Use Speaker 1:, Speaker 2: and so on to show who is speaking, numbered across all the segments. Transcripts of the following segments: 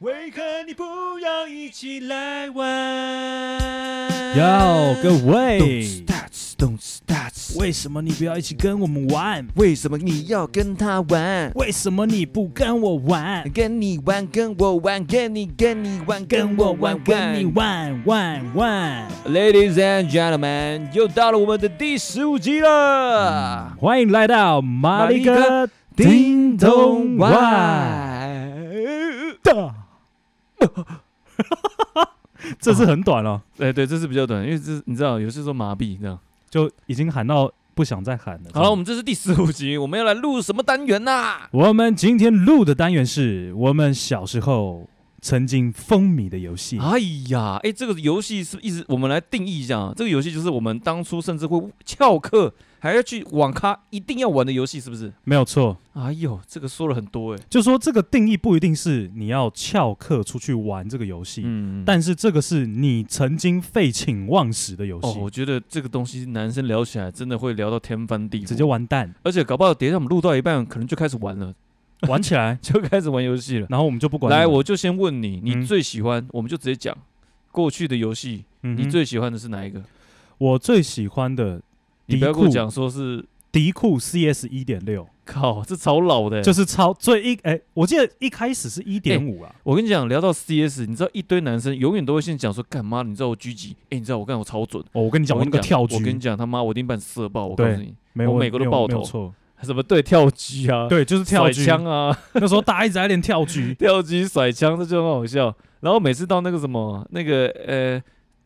Speaker 1: 为何你不要一起来玩？
Speaker 2: 哟，各位，
Speaker 1: stats, don't stats。
Speaker 2: 为什么你不要一起跟我们玩？
Speaker 1: 为什么你要跟他玩？
Speaker 2: 为什么你不跟我玩？
Speaker 1: 跟你玩，跟我玩，跟你跟你玩，
Speaker 2: 跟
Speaker 1: 跟我
Speaker 2: 我
Speaker 1: 玩
Speaker 2: 玩，，跟你。玩玩玩！
Speaker 1: Ladies and gentlemen，又到了我们的第十五集了。
Speaker 2: 欢迎来到马里
Speaker 1: 马
Speaker 2: 哥叮咚玩。的， 这是很短哦了，
Speaker 3: 哎、对，这是比较短，因为这是你知道，有些时候麻痹这样。
Speaker 2: 就已经喊到不想再喊了。
Speaker 3: 好了，我们这是第十五集，我们要来录什么单元呐、
Speaker 2: 我们今天录的单元是我们小时候曾经风靡的游戏。
Speaker 3: 哎呀，哎、这个游戏是一直我们来定义一下啊，这个游戏就是我们当初甚至会翘课还要去网咖一定要玩的游戏，是不是？
Speaker 2: 没有错，
Speaker 3: 哎呦，这个说了很多哎、
Speaker 2: 就说这个定义不一定是你要翘课出去玩这个游戏，
Speaker 3: 嗯，
Speaker 2: 但是这个是你曾经废寝忘食的游
Speaker 3: 哦，
Speaker 2: 戏，
Speaker 3: 我觉得这个东西男生聊起来真的会聊到天翻地
Speaker 2: 直
Speaker 3: 覆，
Speaker 2: 接 完蛋，
Speaker 3: 而且搞不好等一下我们录到一半，可能就开始玩了，
Speaker 2: 玩起来，
Speaker 3: 就开始玩游戏了。
Speaker 2: 然后我们就不管你了。
Speaker 3: 来，我就先问你，
Speaker 2: 嗯
Speaker 3: 你最喜欢，我们就直接讲过去的游戏，
Speaker 2: 嗯哼
Speaker 3: 你最喜欢的是哪一个？
Speaker 2: 我最喜欢的
Speaker 3: 你
Speaker 2: 迪
Speaker 3: 不要跟我
Speaker 2: 库
Speaker 3: 讲说是
Speaker 2: 迪库 CS 一点六，
Speaker 3: 靠，这超老的欸、
Speaker 2: 就是超最一哎、我记得一开始是一点五啊，
Speaker 3: 我跟你讲，聊到 CS，你知道一堆男生永远都会先讲说，干妈，你知道我狙击，哎、你知道我干我超准。
Speaker 2: 哦，我跟你讲，
Speaker 3: 我
Speaker 2: 我
Speaker 3: 跟你
Speaker 2: 那个
Speaker 3: 讲，
Speaker 2: 跳
Speaker 3: 我跟你
Speaker 2: 狙，
Speaker 3: 讲，他妈我一定把你射爆！我告
Speaker 2: 对
Speaker 3: 诉你，
Speaker 2: 没有
Speaker 3: 我每个都
Speaker 2: 没有
Speaker 3: 爆
Speaker 2: 没有
Speaker 3: 头
Speaker 2: 错，
Speaker 3: 什么对跳狙啊，
Speaker 2: 对，就是跳
Speaker 3: 甩
Speaker 2: 狙，
Speaker 3: 枪啊，，
Speaker 2: 那时候大家一直在练跳 狙
Speaker 3: 跳狙甩枪，这就很好笑。然后每次到那个什么那个呃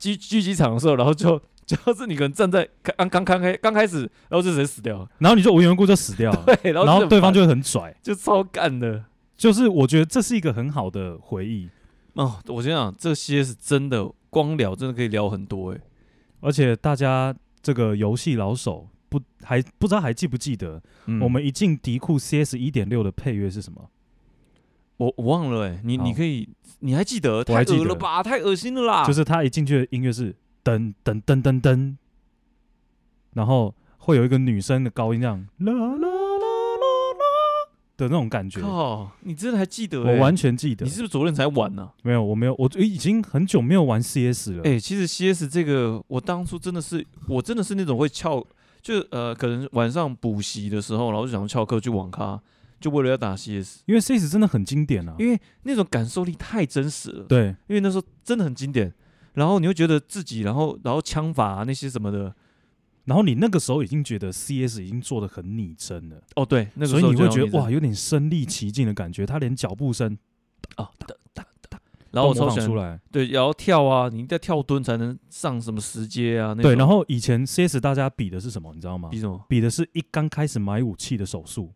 Speaker 3: 狙狙击场的时候，然后就 就是你可能站在刚刚刚开刚开始，然后就直接死掉了，
Speaker 2: 然后你就无缘无故就死掉了，
Speaker 3: 对，然
Speaker 2: 然
Speaker 3: 后
Speaker 2: 后
Speaker 3: 就
Speaker 2: 对方
Speaker 3: 很
Speaker 2: 就会很拽，
Speaker 3: 就超干的。
Speaker 2: 就是我觉得这是一个很好的回忆，
Speaker 3: 哦，我跟你讲，这些是真的，光聊真的可以聊很多哎、
Speaker 2: 而且大家这个游戏老手不还不知道还记不记得，
Speaker 3: 嗯
Speaker 2: 我们一进迪库 CS 一点六的配乐是什么？
Speaker 3: 我我忘了哎、你
Speaker 2: 好
Speaker 3: 你可以，你还记得？
Speaker 2: 我
Speaker 3: 太
Speaker 2: 还记得
Speaker 3: 恶了吧，太恶心了啦！
Speaker 2: 就是他一进去的音乐是噔噔噔噔噔，然后会有一个女生的高音这样啦啦啦啦啦的那种感觉，
Speaker 3: 靠，你真的还记得、欸？
Speaker 2: 我完全记得
Speaker 3: 你。是不是昨天才玩呢、
Speaker 2: 没有，我没有，我已经很久没有玩 CS 了。
Speaker 3: 哎、其实 CS 这个，我当初真的是，我真的是那种会翘，就呃，可能晚上补习的时候，然后就想要翘课去网咖，就为了要打 CS，
Speaker 2: 因为 CS 真的很经典啊。
Speaker 3: 因为那种感受力太真实了。
Speaker 2: 对，
Speaker 3: 因为那时候真的很经典。然后你会觉得自己，然后然后枪法啊那些什么的，
Speaker 2: 然后你那个时候已经觉得 CS 已经做的很拟真了，
Speaker 3: 哦对，那个时
Speaker 2: 所
Speaker 3: 候
Speaker 2: 以你
Speaker 3: 就
Speaker 2: 会
Speaker 3: 有
Speaker 2: 觉
Speaker 3: 名
Speaker 2: 得
Speaker 3: 字
Speaker 2: 哇，，有点身临其境的感觉。他连脚步声
Speaker 3: 啊哒哒哒，然
Speaker 2: 都
Speaker 3: 后我
Speaker 2: 模
Speaker 3: 超
Speaker 2: 仿
Speaker 3: 喜
Speaker 2: 出
Speaker 3: 欢，
Speaker 2: 来。
Speaker 3: 对，然后跳啊，你一定要跳蹲才能上什么石阶啊，那
Speaker 2: 对，
Speaker 3: 种
Speaker 2: 然后以前 CS 大家比的是什么，你知道吗
Speaker 3: 比？什么？
Speaker 2: 比的是一刚开始买武器的手速，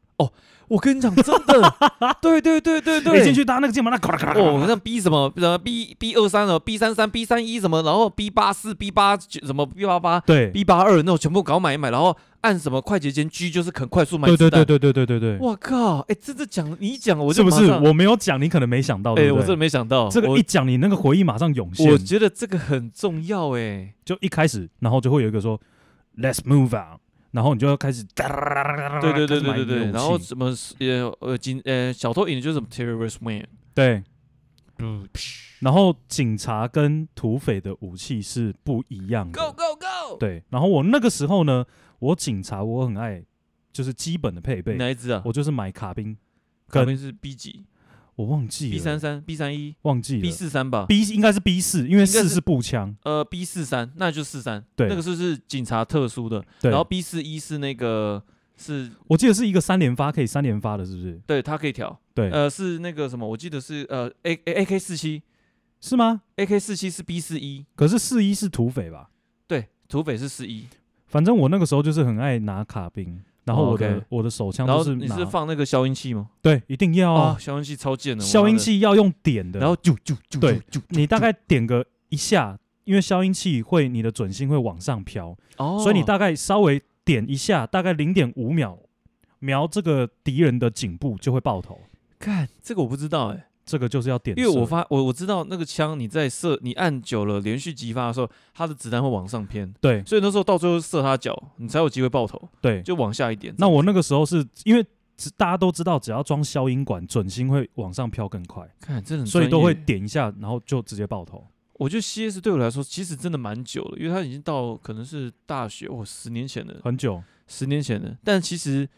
Speaker 3: 我跟你讲，真 的，对对对对对，
Speaker 2: 一哎进去搭那个键盘，那咔啦咔啦咔啦
Speaker 3: 哦，好像 B 什么什么 B B 二三哦，B 三三 B 三一什么，然后 B 八四 B 八九什么 B 八八
Speaker 2: 对
Speaker 3: B 八二那种全部搞买一买，然后按什么快捷键 G 就是很快速买
Speaker 2: 对
Speaker 3: 子
Speaker 2: 对
Speaker 3: 弹
Speaker 2: 对。对对对对对，
Speaker 3: 我靠，哎，这这讲你一讲我
Speaker 2: 是
Speaker 3: 就
Speaker 2: 不
Speaker 3: 马
Speaker 2: 是
Speaker 3: 上？
Speaker 2: 我没有讲，你可能没想到，
Speaker 3: 哎、
Speaker 2: 对不
Speaker 3: 我
Speaker 2: 对
Speaker 3: 真的没想到
Speaker 2: 这个
Speaker 3: 我
Speaker 2: 一讲，你那个回忆马上涌现
Speaker 3: 我，觉得这个很重要哎、
Speaker 2: 就一开始，然后就会有一个说 Let's move on，然后你就要开始哒啦啦啦啦啦啦，
Speaker 3: 对对对
Speaker 2: 开始
Speaker 3: 对
Speaker 2: 买
Speaker 3: 对
Speaker 2: 你的
Speaker 3: 对，
Speaker 2: 武
Speaker 3: 然后
Speaker 2: 器
Speaker 3: 什么呃呃警呃小偷引的就是什么 terrorist man，
Speaker 2: 对，然后警察跟土匪的武器是不一样的
Speaker 3: go go go，
Speaker 2: 对，然后我那个时候呢，我警察我很爱，就是基本的配备，
Speaker 3: 哪一只啊？
Speaker 2: 我就是买卡宾，
Speaker 3: 旁
Speaker 2: 跟
Speaker 3: 边是 B 几
Speaker 2: 我忘记了
Speaker 3: ？B 三三 B 三一
Speaker 2: 忘记了
Speaker 3: B 四三吧？
Speaker 2: B 应该是 B 四，因
Speaker 3: 应
Speaker 2: 为
Speaker 3: 该
Speaker 2: 四
Speaker 3: 是
Speaker 2: 是步枪，
Speaker 3: 呃 B 四三，那就四三，
Speaker 2: 对
Speaker 3: 那个是不是警察特殊的，
Speaker 2: 对，
Speaker 3: 然后 B 四一是那个是
Speaker 2: 我记得是一个三连发，可以三连发的，是不是？
Speaker 3: 对它可以调，
Speaker 2: 对，
Speaker 3: 呃是那个什么，我记得是呃 A A K 四七
Speaker 2: 是吗？
Speaker 3: A K 四七是 B 四一，
Speaker 2: 可是四一是土匪吧？
Speaker 3: 对，土匪是四一，
Speaker 2: 反正我那个时候就是很爱拿卡宾，然后
Speaker 3: 哦
Speaker 2: 我的、
Speaker 3: OK
Speaker 2: 我的手枪
Speaker 3: 然后
Speaker 2: 都是
Speaker 3: 你
Speaker 2: 拿
Speaker 3: 是放那个消音器吗？
Speaker 2: 对，一定要
Speaker 3: 哦
Speaker 2: 啊，，
Speaker 3: 消音器超贱的，我
Speaker 2: 消
Speaker 3: 妈
Speaker 2: 音
Speaker 3: 的，
Speaker 2: 器要用点的，
Speaker 3: 然后啾啾啾，
Speaker 2: 对
Speaker 3: 啾啾，
Speaker 2: 你大概点个一下，因为消音器会你的准心会往上飘，
Speaker 3: 哦，
Speaker 2: 所以你大概稍微点一下，大概零点五秒瞄这个敌人的颈部就会爆头，
Speaker 3: 看这个我不知道哎、
Speaker 2: 这个就是要点射，
Speaker 3: 因为我发我我知道那个枪你在射你按久了连续击发的时候，它的子弹会往上偏，
Speaker 2: 对
Speaker 3: 所以那时候到最后射他脚，你才有机会爆头，
Speaker 2: 对，
Speaker 3: 就往下一点。
Speaker 2: 那我那个时候是因为只大家都知道，只要装消音管，准心会往上飘更快，
Speaker 3: 看真的很
Speaker 2: 所以
Speaker 3: 专
Speaker 2: 都会
Speaker 3: 业
Speaker 2: 点一下，然后就直接爆头。
Speaker 3: 我觉得 CS 对我来说其实真的蛮久了，因为它已经到可能是大学哦，十年前的，
Speaker 2: 很久，
Speaker 3: 十年前的。但其实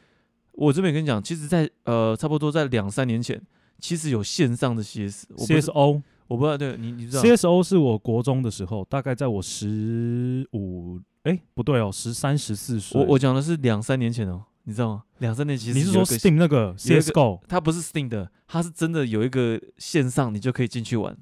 Speaker 3: 我这边跟你讲，其实在，呃差不多在两三年前，其实有线上的 CS，我不知
Speaker 2: CSO
Speaker 3: 我不知道，对你你知道
Speaker 2: CSO 是我国中的时候，大概在我十五，哎，不对哦，十三十四岁。
Speaker 3: 我我讲的是两三年前哦，你知道吗？两三年其实
Speaker 2: 你是
Speaker 3: 有
Speaker 2: 说
Speaker 3: 一个
Speaker 2: Steam 那个 CSGO？
Speaker 3: 它不是 Steam 的，它是真的有一个线上，你就可以进去玩。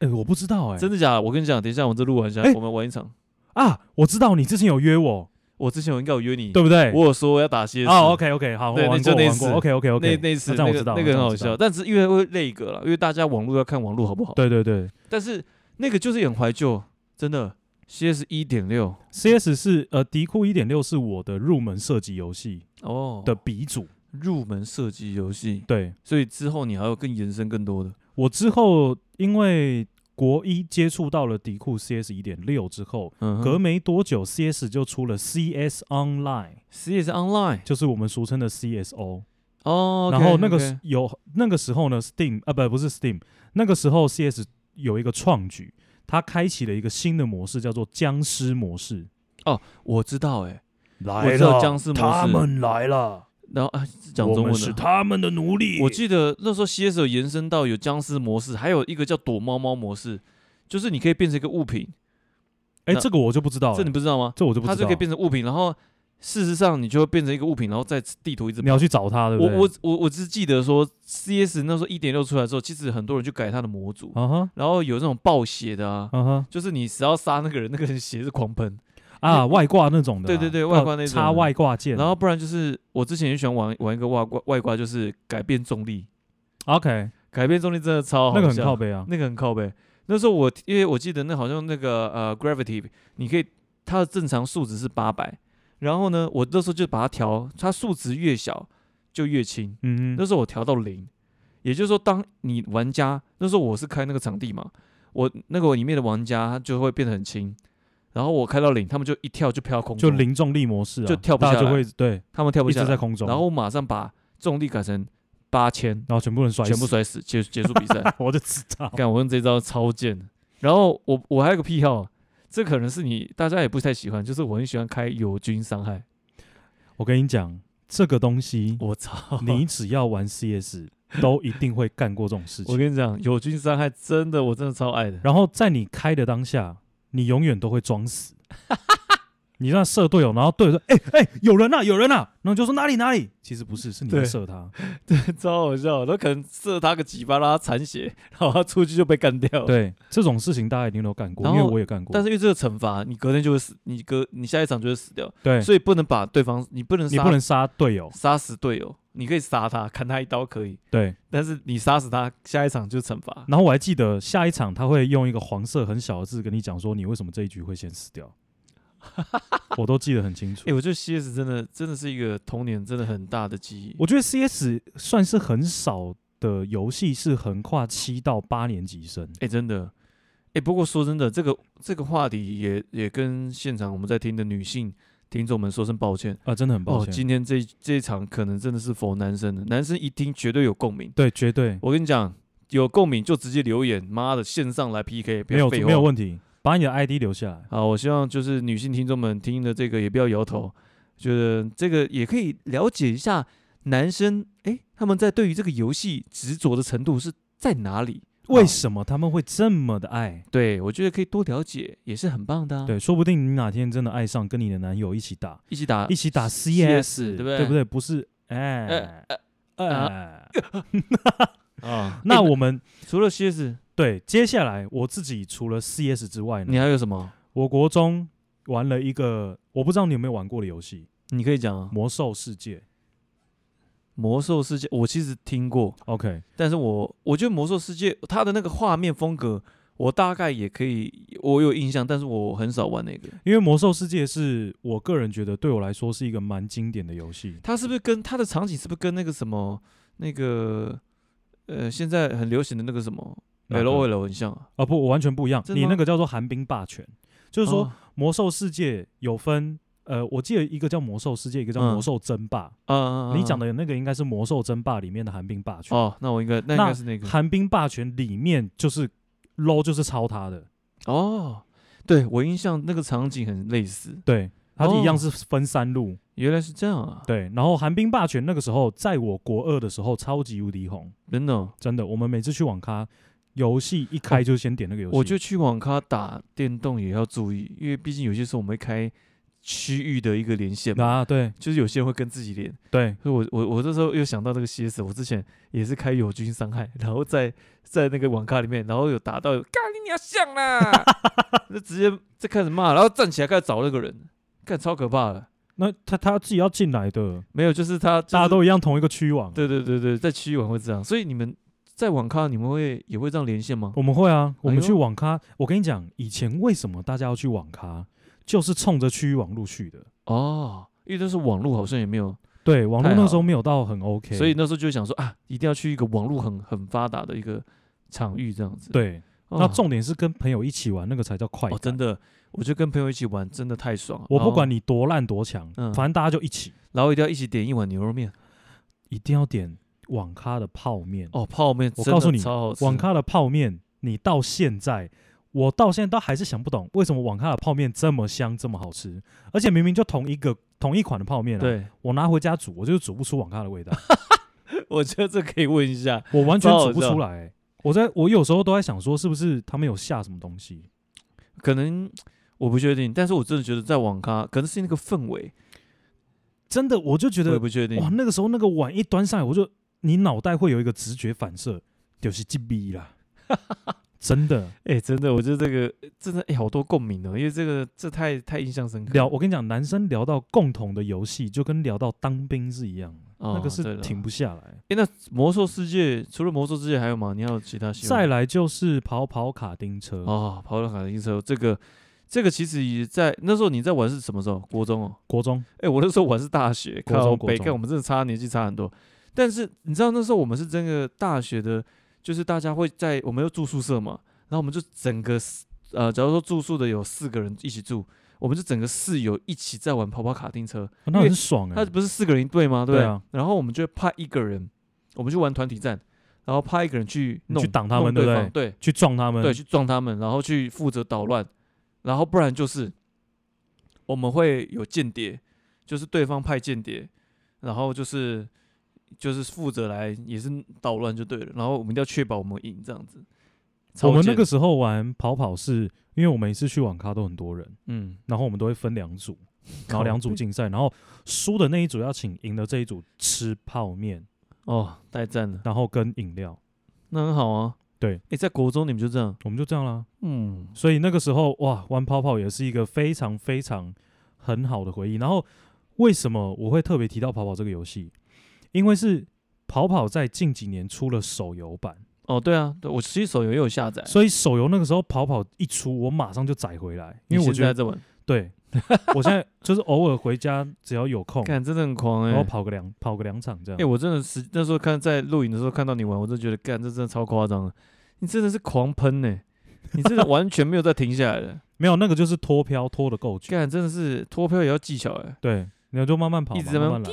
Speaker 2: 哎，我不知道哎，
Speaker 3: 真的假的？我跟你讲，等一下我们这录完一下，
Speaker 2: 哎
Speaker 3: 我们玩一场。
Speaker 2: 啊，我知道你之前有约我，
Speaker 3: 我之前我应该有约你，
Speaker 2: 对不对？
Speaker 3: 我有说我要打 CS。
Speaker 2: 哦，OK OK，好，我
Speaker 3: 对那
Speaker 2: 玩
Speaker 3: 就
Speaker 2: 过
Speaker 3: 那
Speaker 2: 我玩
Speaker 3: 次
Speaker 2: 过，OK OK
Speaker 3: 那
Speaker 2: OK，
Speaker 3: 那次
Speaker 2: 那这
Speaker 3: 那
Speaker 2: 样我
Speaker 3: 个
Speaker 2: 知道
Speaker 3: 那个
Speaker 2: 那
Speaker 3: 很
Speaker 2: 这样
Speaker 3: 好
Speaker 2: 我知道
Speaker 3: 笑，但是因为会那个了，因为大家网络要看网络好不好？
Speaker 2: 对对对
Speaker 3: 但是那个就是很怀旧，真的。CS 一点六
Speaker 2: ，CS 是呃，迪库一点六是我的入门射击游戏
Speaker 3: 哦
Speaker 2: 的鼻祖，
Speaker 3: 入门射击游戏，
Speaker 2: 对
Speaker 3: 所以之后你还要更延伸更多的。
Speaker 2: 我之后因为国一接触到了迪库 CS 一点六之后，
Speaker 3: 嗯哼，
Speaker 2: 隔没多久 CS 就出了 CS Online，
Speaker 3: CS Online
Speaker 2: 就是我们俗称的 CSO。
Speaker 3: 哦，OK，OK，
Speaker 2: 然后那个时有那个时候呢，Steam 啊不不是 Steam，那个时候 CS 有一个创举，它开启了一个新的模式，叫做僵尸模式。
Speaker 3: 我知道哎，
Speaker 2: 来
Speaker 3: 我知道僵尸模式
Speaker 2: 来了，
Speaker 3: 然后啊是讲中文的。
Speaker 2: 他们的奴隶
Speaker 3: 我记得那时候 CS 有延伸到有僵尸模式，还有一个叫躲猫猫模式，就是你可以变成一个物品，
Speaker 2: 哎，
Speaker 3: 那
Speaker 2: 这个我就不知道了，
Speaker 3: 这你不知道吗？
Speaker 2: 这我就不
Speaker 3: 它
Speaker 2: 知
Speaker 3: 就
Speaker 2: 道
Speaker 3: 可以。变成物品，然后事实上你就会变成一个物品，然后在地图一直
Speaker 2: 你要去找他，对不
Speaker 3: 我
Speaker 2: 对？
Speaker 3: 我我我只记得说，CS 那时候一点六出来之后，其实很多人去改它的模组，
Speaker 2: 啊哈
Speaker 3: 然后有那种暴血的啊，
Speaker 2: 啊哈
Speaker 3: 就是你只要杀那个人，那个人血是狂喷，
Speaker 2: 啊，外挂那种的啦，
Speaker 3: 对对对
Speaker 2: 要
Speaker 3: 外挂那种
Speaker 2: 插外挂件。
Speaker 3: 然后不然就是我之前也喜欢玩玩一个外挂外挂，就是改变重力，
Speaker 2: OK，
Speaker 3: 改变重力真的超哦好
Speaker 2: 那个很
Speaker 3: 笑
Speaker 2: 靠，背啊，
Speaker 3: 那个很靠背。那时候我因为我记得那好像那个呃 Gravity，你可以它的正常数值是八百，然后呢，我那时候就把它调，它数值越小就越轻。
Speaker 2: 嗯
Speaker 3: 那
Speaker 2: 哼，
Speaker 3: 时候我调到零，也就是说，当你玩家那时候我是开那个场地嘛，我那个里面的玩家他就会变得很轻，然后我开到零，他们就一跳就飘空
Speaker 2: 就
Speaker 3: 中，
Speaker 2: 零重力模式啊，
Speaker 3: 就跳不
Speaker 2: 大家
Speaker 3: 下来
Speaker 2: 就会对，
Speaker 3: 他们跳不
Speaker 2: 一
Speaker 3: 下
Speaker 2: 直
Speaker 3: 来，
Speaker 2: 在空中，
Speaker 3: 然后我马上把重力改成八千，
Speaker 2: 然后全部人摔死，
Speaker 3: 全部摔死，结结束比赛。
Speaker 2: 我就知道，
Speaker 3: 干，我用这招超贱的。然后我我还有个癖好，这可能是你大家也不太喜欢，就是我很喜欢开友军伤害。
Speaker 2: 我跟你讲，这个东 西，
Speaker 3: 我操，
Speaker 2: 你只要玩 CS，都一定会干过这种事
Speaker 3: 我
Speaker 2: 情。
Speaker 3: 跟你讲，友军伤害真的我真的超爱的。
Speaker 2: 然后在你开的当下，你永远都会装死。 你让射队友，然后队友说：“哎、哎、有人呐、有人呐、然后就说：“哪里哪里？”其实不是，是你在
Speaker 3: 对哦
Speaker 2: 射他。
Speaker 3: 超好笑，都可能射他个几巴，让他残血，然后他出去就被干掉。，
Speaker 2: 对，这种事情大家一定都干过，
Speaker 3: 然
Speaker 2: 因
Speaker 3: 后
Speaker 2: 为我也干过。
Speaker 3: 但是因为这个惩罚，你隔天就会死，你隔你下一场就会死掉，
Speaker 2: 对，
Speaker 3: 所以不能把对方，你不能
Speaker 2: 你
Speaker 3: 杀，
Speaker 2: 不能杀队友。
Speaker 3: 杀死队友，你可以杀他，砍他一刀可以，
Speaker 2: 对，
Speaker 3: 但是你杀死他，下一场就惩罚。
Speaker 2: 然后我还记得下一场他会用一个黄色很小的字跟你讲说：“你为什么这一局会先死掉？” 我都记得很清楚
Speaker 3: 哎、。我觉得 CS 真的真的是一个童年真的很大的记忆。
Speaker 2: 我觉得 CS 算是很少的游戏是横跨七到八年级生。
Speaker 3: 哎、真的，哎、不过说真的，这个这个话题也也跟现场我们在听的女性听众们说声抱歉。
Speaker 2: 啊，真的很抱
Speaker 3: 哦，
Speaker 2: 歉。
Speaker 3: 今天这一这一场可能真的是否男生的，男生一听绝对有共鸣。
Speaker 2: 对，绝对
Speaker 3: 我跟你讲，有共鸣就直接留言，妈的，线上来 PK，不
Speaker 2: 没
Speaker 3: 要
Speaker 2: 有
Speaker 3: 废话。
Speaker 2: 没有问题，把你的 ID 留下来。
Speaker 3: 啊好，我希望就是女性听众们听了这个也不要摇头，觉得这个也可以了解一下男生，诶，他们在对于这个游戏执着的程度是在哪里？
Speaker 2: 为
Speaker 3: 啊
Speaker 2: 什么他们会这么的爱？
Speaker 3: 对我觉得可以多了解，也是很棒的、啊。，
Speaker 2: 对，说不定你哪天真的爱上，跟你的男友一起打，
Speaker 3: 一起打
Speaker 2: 一起打 CS，
Speaker 3: CS，对不对？呃
Speaker 2: 对不对？不是，哎哎
Speaker 3: 啊，啊？
Speaker 2: 那
Speaker 3: 诶
Speaker 2: 我们
Speaker 3: 除了 CS，
Speaker 2: 对接下来我自己除了 CS 之外
Speaker 3: 你
Speaker 2: 呢，
Speaker 3: 还有什么？
Speaker 2: 我国中玩了一个我不知道你有没有玩过的游戏
Speaker 3: 你可以讲
Speaker 2: 《
Speaker 3: 啊。
Speaker 2: 魔兽世界》。
Speaker 3: 魔兽世界，我其实听过，
Speaker 2: OK，
Speaker 3: 但是我我觉得魔兽世界它的那个画面风格，我大概也可以，我有印象，但是我很少玩那个。
Speaker 2: 因为《魔兽世界》是我个人觉得对我来说是一个蛮经典的游戏。
Speaker 3: 它是不是跟它的场景是不是跟那个什么那个呃现在很流行的那个什么
Speaker 2: 那个
Speaker 3: L O L 很像啊？
Speaker 2: 啊不，我完全不一样。
Speaker 3: 真的
Speaker 2: 你
Speaker 3: 吗
Speaker 2: 那个叫做寒冰霸权，就是说《
Speaker 3: 哦
Speaker 2: 魔兽世界》有分呃，我记得一个叫《魔兽世界》，一个叫《
Speaker 3: 嗯
Speaker 2: 魔兽争霸》
Speaker 3: 啊，
Speaker 2: 你讲
Speaker 3: 的
Speaker 2: 的那个应该是《魔兽争霸》里面的寒冰霸权。
Speaker 3: 哦，那我应该那应该是那个
Speaker 2: 寒冰霸权里面就是 low 就是抄他的，
Speaker 3: 哦，对我印象那个场景很类似，
Speaker 2: 对，他一样
Speaker 3: 哦
Speaker 2: 是分三路。
Speaker 3: 原来是这样啊，
Speaker 2: 对，然后寒冰霸权那个时候，在我国二的时候超级无敌红，
Speaker 3: 真的哦，
Speaker 2: 真的。我们每次去网咖，游戏一开就先点那个游戏。
Speaker 3: 我觉得去网咖打电动也要注意，因为毕竟有些时候我们会开区域的一个连线嘛，
Speaker 2: 啊，对
Speaker 3: 就是有些人会跟自己连，
Speaker 2: 对，
Speaker 3: 所以我我我这时候又想到这个 CS，我之前也是开友军伤害，然后在在那个网咖里面，然后有打到干你娘像啦， 就直接就开始骂，然后站起来开始找那个人，干超可怕的。
Speaker 2: 那他他自己要进来的，
Speaker 3: 没有，就是他、就是
Speaker 2: 大家都一样同一个区网。啊
Speaker 3: 对对对对，在区域玩会这样，所以你们在网咖你们会也会这样连线吗？
Speaker 2: 我们会啊，我们
Speaker 3: 哎呦
Speaker 2: 去网咖。我跟你讲，以前为什么大家要去网咖，就是冲着区域网路去的。
Speaker 3: 哦，因为那时候网络好像也没有，
Speaker 2: 对，网络
Speaker 3: 太
Speaker 2: 那
Speaker 3: 好
Speaker 2: 时候没有到很 OK，
Speaker 3: 所以那时候就想说啊，一定要去一个网络很很发达的一个场域这样子。，
Speaker 2: 对，
Speaker 3: 哦、
Speaker 2: 那重点是跟朋友一起玩，那个才叫快
Speaker 3: 哦
Speaker 2: 感。
Speaker 3: 真，的，我就跟朋友一起玩，真的太爽了。
Speaker 2: 我
Speaker 3: 然
Speaker 2: 不
Speaker 3: 后
Speaker 2: 管你多烂多强，
Speaker 3: 嗯
Speaker 2: 反正大家就一起，
Speaker 3: 然后一定要一起点一碗牛肉面
Speaker 2: 一定要点网咖的泡面。
Speaker 3: 哦，泡面
Speaker 2: 我
Speaker 3: 真的
Speaker 2: 告诉你
Speaker 3: 超好吃。
Speaker 2: 网咖的泡面，你到现在，我到现在都还是想不懂，为什么网咖的泡面这么香，这么好吃，而且明明就同一个同一款的泡面、啊，，
Speaker 3: 对，
Speaker 2: 我拿回家煮，我就是煮不出网咖的味道，
Speaker 3: 我觉得这可以问一下，
Speaker 2: 我完全
Speaker 3: 超好
Speaker 2: 煮不
Speaker 3: 笑
Speaker 2: 出来欸、我在我有时候都在想说，是不是他们有下什么东西？
Speaker 3: 可能我不确定，但是我真的觉得在网咖可能是那个氛围，
Speaker 2: 真的，我就觉
Speaker 3: 我也
Speaker 2: 得
Speaker 3: 不确定
Speaker 2: 哇，。那个时候那个碗一端上来，我就你脑袋会有一个直觉反射，就是鸡逼 啦，真的。
Speaker 3: 哎、真的，我觉得这个真的哎、好多共鸣哦，因为这个这太太印象深刻。
Speaker 2: 聊，我跟你讲，男生聊到共同的游戏，就跟聊到当兵是一样的，
Speaker 3: 哦
Speaker 2: 那个
Speaker 3: 对
Speaker 2: 是
Speaker 3: 了
Speaker 2: 停不下来。
Speaker 3: 哎、那魔兽世界除了魔兽世界还有吗？你还有其他喜
Speaker 2: 再
Speaker 3: 欢？
Speaker 2: 来就是跑跑卡丁车，
Speaker 3: 哦，跑跑卡丁车这个这个其实也在那时候你在玩是什么时候？国中哦。
Speaker 2: 国中
Speaker 3: 哎、我那时候玩是大学，
Speaker 2: 国中
Speaker 3: 靠
Speaker 2: 国
Speaker 3: 北
Speaker 2: 中
Speaker 3: 看我们真的差年纪差很多。但是你知道那时候我们是真的大学的，就是大家会在我们又住宿舍嘛，然后我们就整个四呃，假如说住宿的有四个人一起住，我们就整个室友一起在玩跑跑卡丁车。
Speaker 2: 啊那
Speaker 3: 因为
Speaker 2: 很爽哎、
Speaker 3: 他不是四个人一队吗？对不
Speaker 2: 对
Speaker 3: 对
Speaker 2: 啊，
Speaker 3: 然后我们就会派一个人，我们去玩团体战，然后派一个人去
Speaker 2: 你
Speaker 3: 弄
Speaker 2: 去挡他们
Speaker 3: 弄
Speaker 2: 对
Speaker 3: 对
Speaker 2: 不
Speaker 3: 方对
Speaker 2: 去撞他们，
Speaker 3: 对，去撞他们，然后去负责捣乱，然后不然就是我们会有间谍，就是对方派间谍，然后就是就是负责来也是捣乱就对了，然后我们一定要确保我们赢这样子。超
Speaker 2: 我们那
Speaker 3: 贱
Speaker 2: 个时候玩跑跑是，因为我每次去网咖都很多人，
Speaker 3: 嗯，
Speaker 2: 然后我们都会分两组，然后
Speaker 3: 靠
Speaker 2: 两组
Speaker 3: 北
Speaker 2: 竞赛，然后输的那一组要请赢的这一组吃泡面，
Speaker 3: 哦，太赞了，
Speaker 2: 然后跟饮料，
Speaker 3: 那很好啊。
Speaker 2: 对
Speaker 3: 哎、在国中你们就这样，
Speaker 2: 我们就这样啦。
Speaker 3: 嗯，
Speaker 2: 所以那个时候哇，玩跑跑也是一个非常非常很好的回忆。然后为什么我会特别提到跑跑这个游戏？因为是跑跑在近几年出了手游版，
Speaker 3: 哦，对啊，对我其实手游也有下载，
Speaker 2: 所以手游那个时候跑跑一出，我马上就载回来，因为我
Speaker 3: 你现
Speaker 2: 觉
Speaker 3: 在
Speaker 2: 得
Speaker 3: 在玩，
Speaker 2: 对 我现在就是偶尔回家只要有空，
Speaker 3: 看真的很狂哎、
Speaker 2: 哦然
Speaker 3: 欸
Speaker 2: 后。跑个两跑个两场这
Speaker 3: 哎、
Speaker 2: 样。
Speaker 3: 我真的是那时候看在录影的时候看到你玩，我真的觉得干，这真的超夸张的，你真的是狂喷呢、你 真的完全没有再停下来的，
Speaker 2: 没有那个就是脱漂脱的够久，
Speaker 3: 干真的是脱票也要技巧哎、
Speaker 2: 对，你要就慢慢跑嘛，
Speaker 3: 一直在那
Speaker 2: 慢慢来，
Speaker 3: 一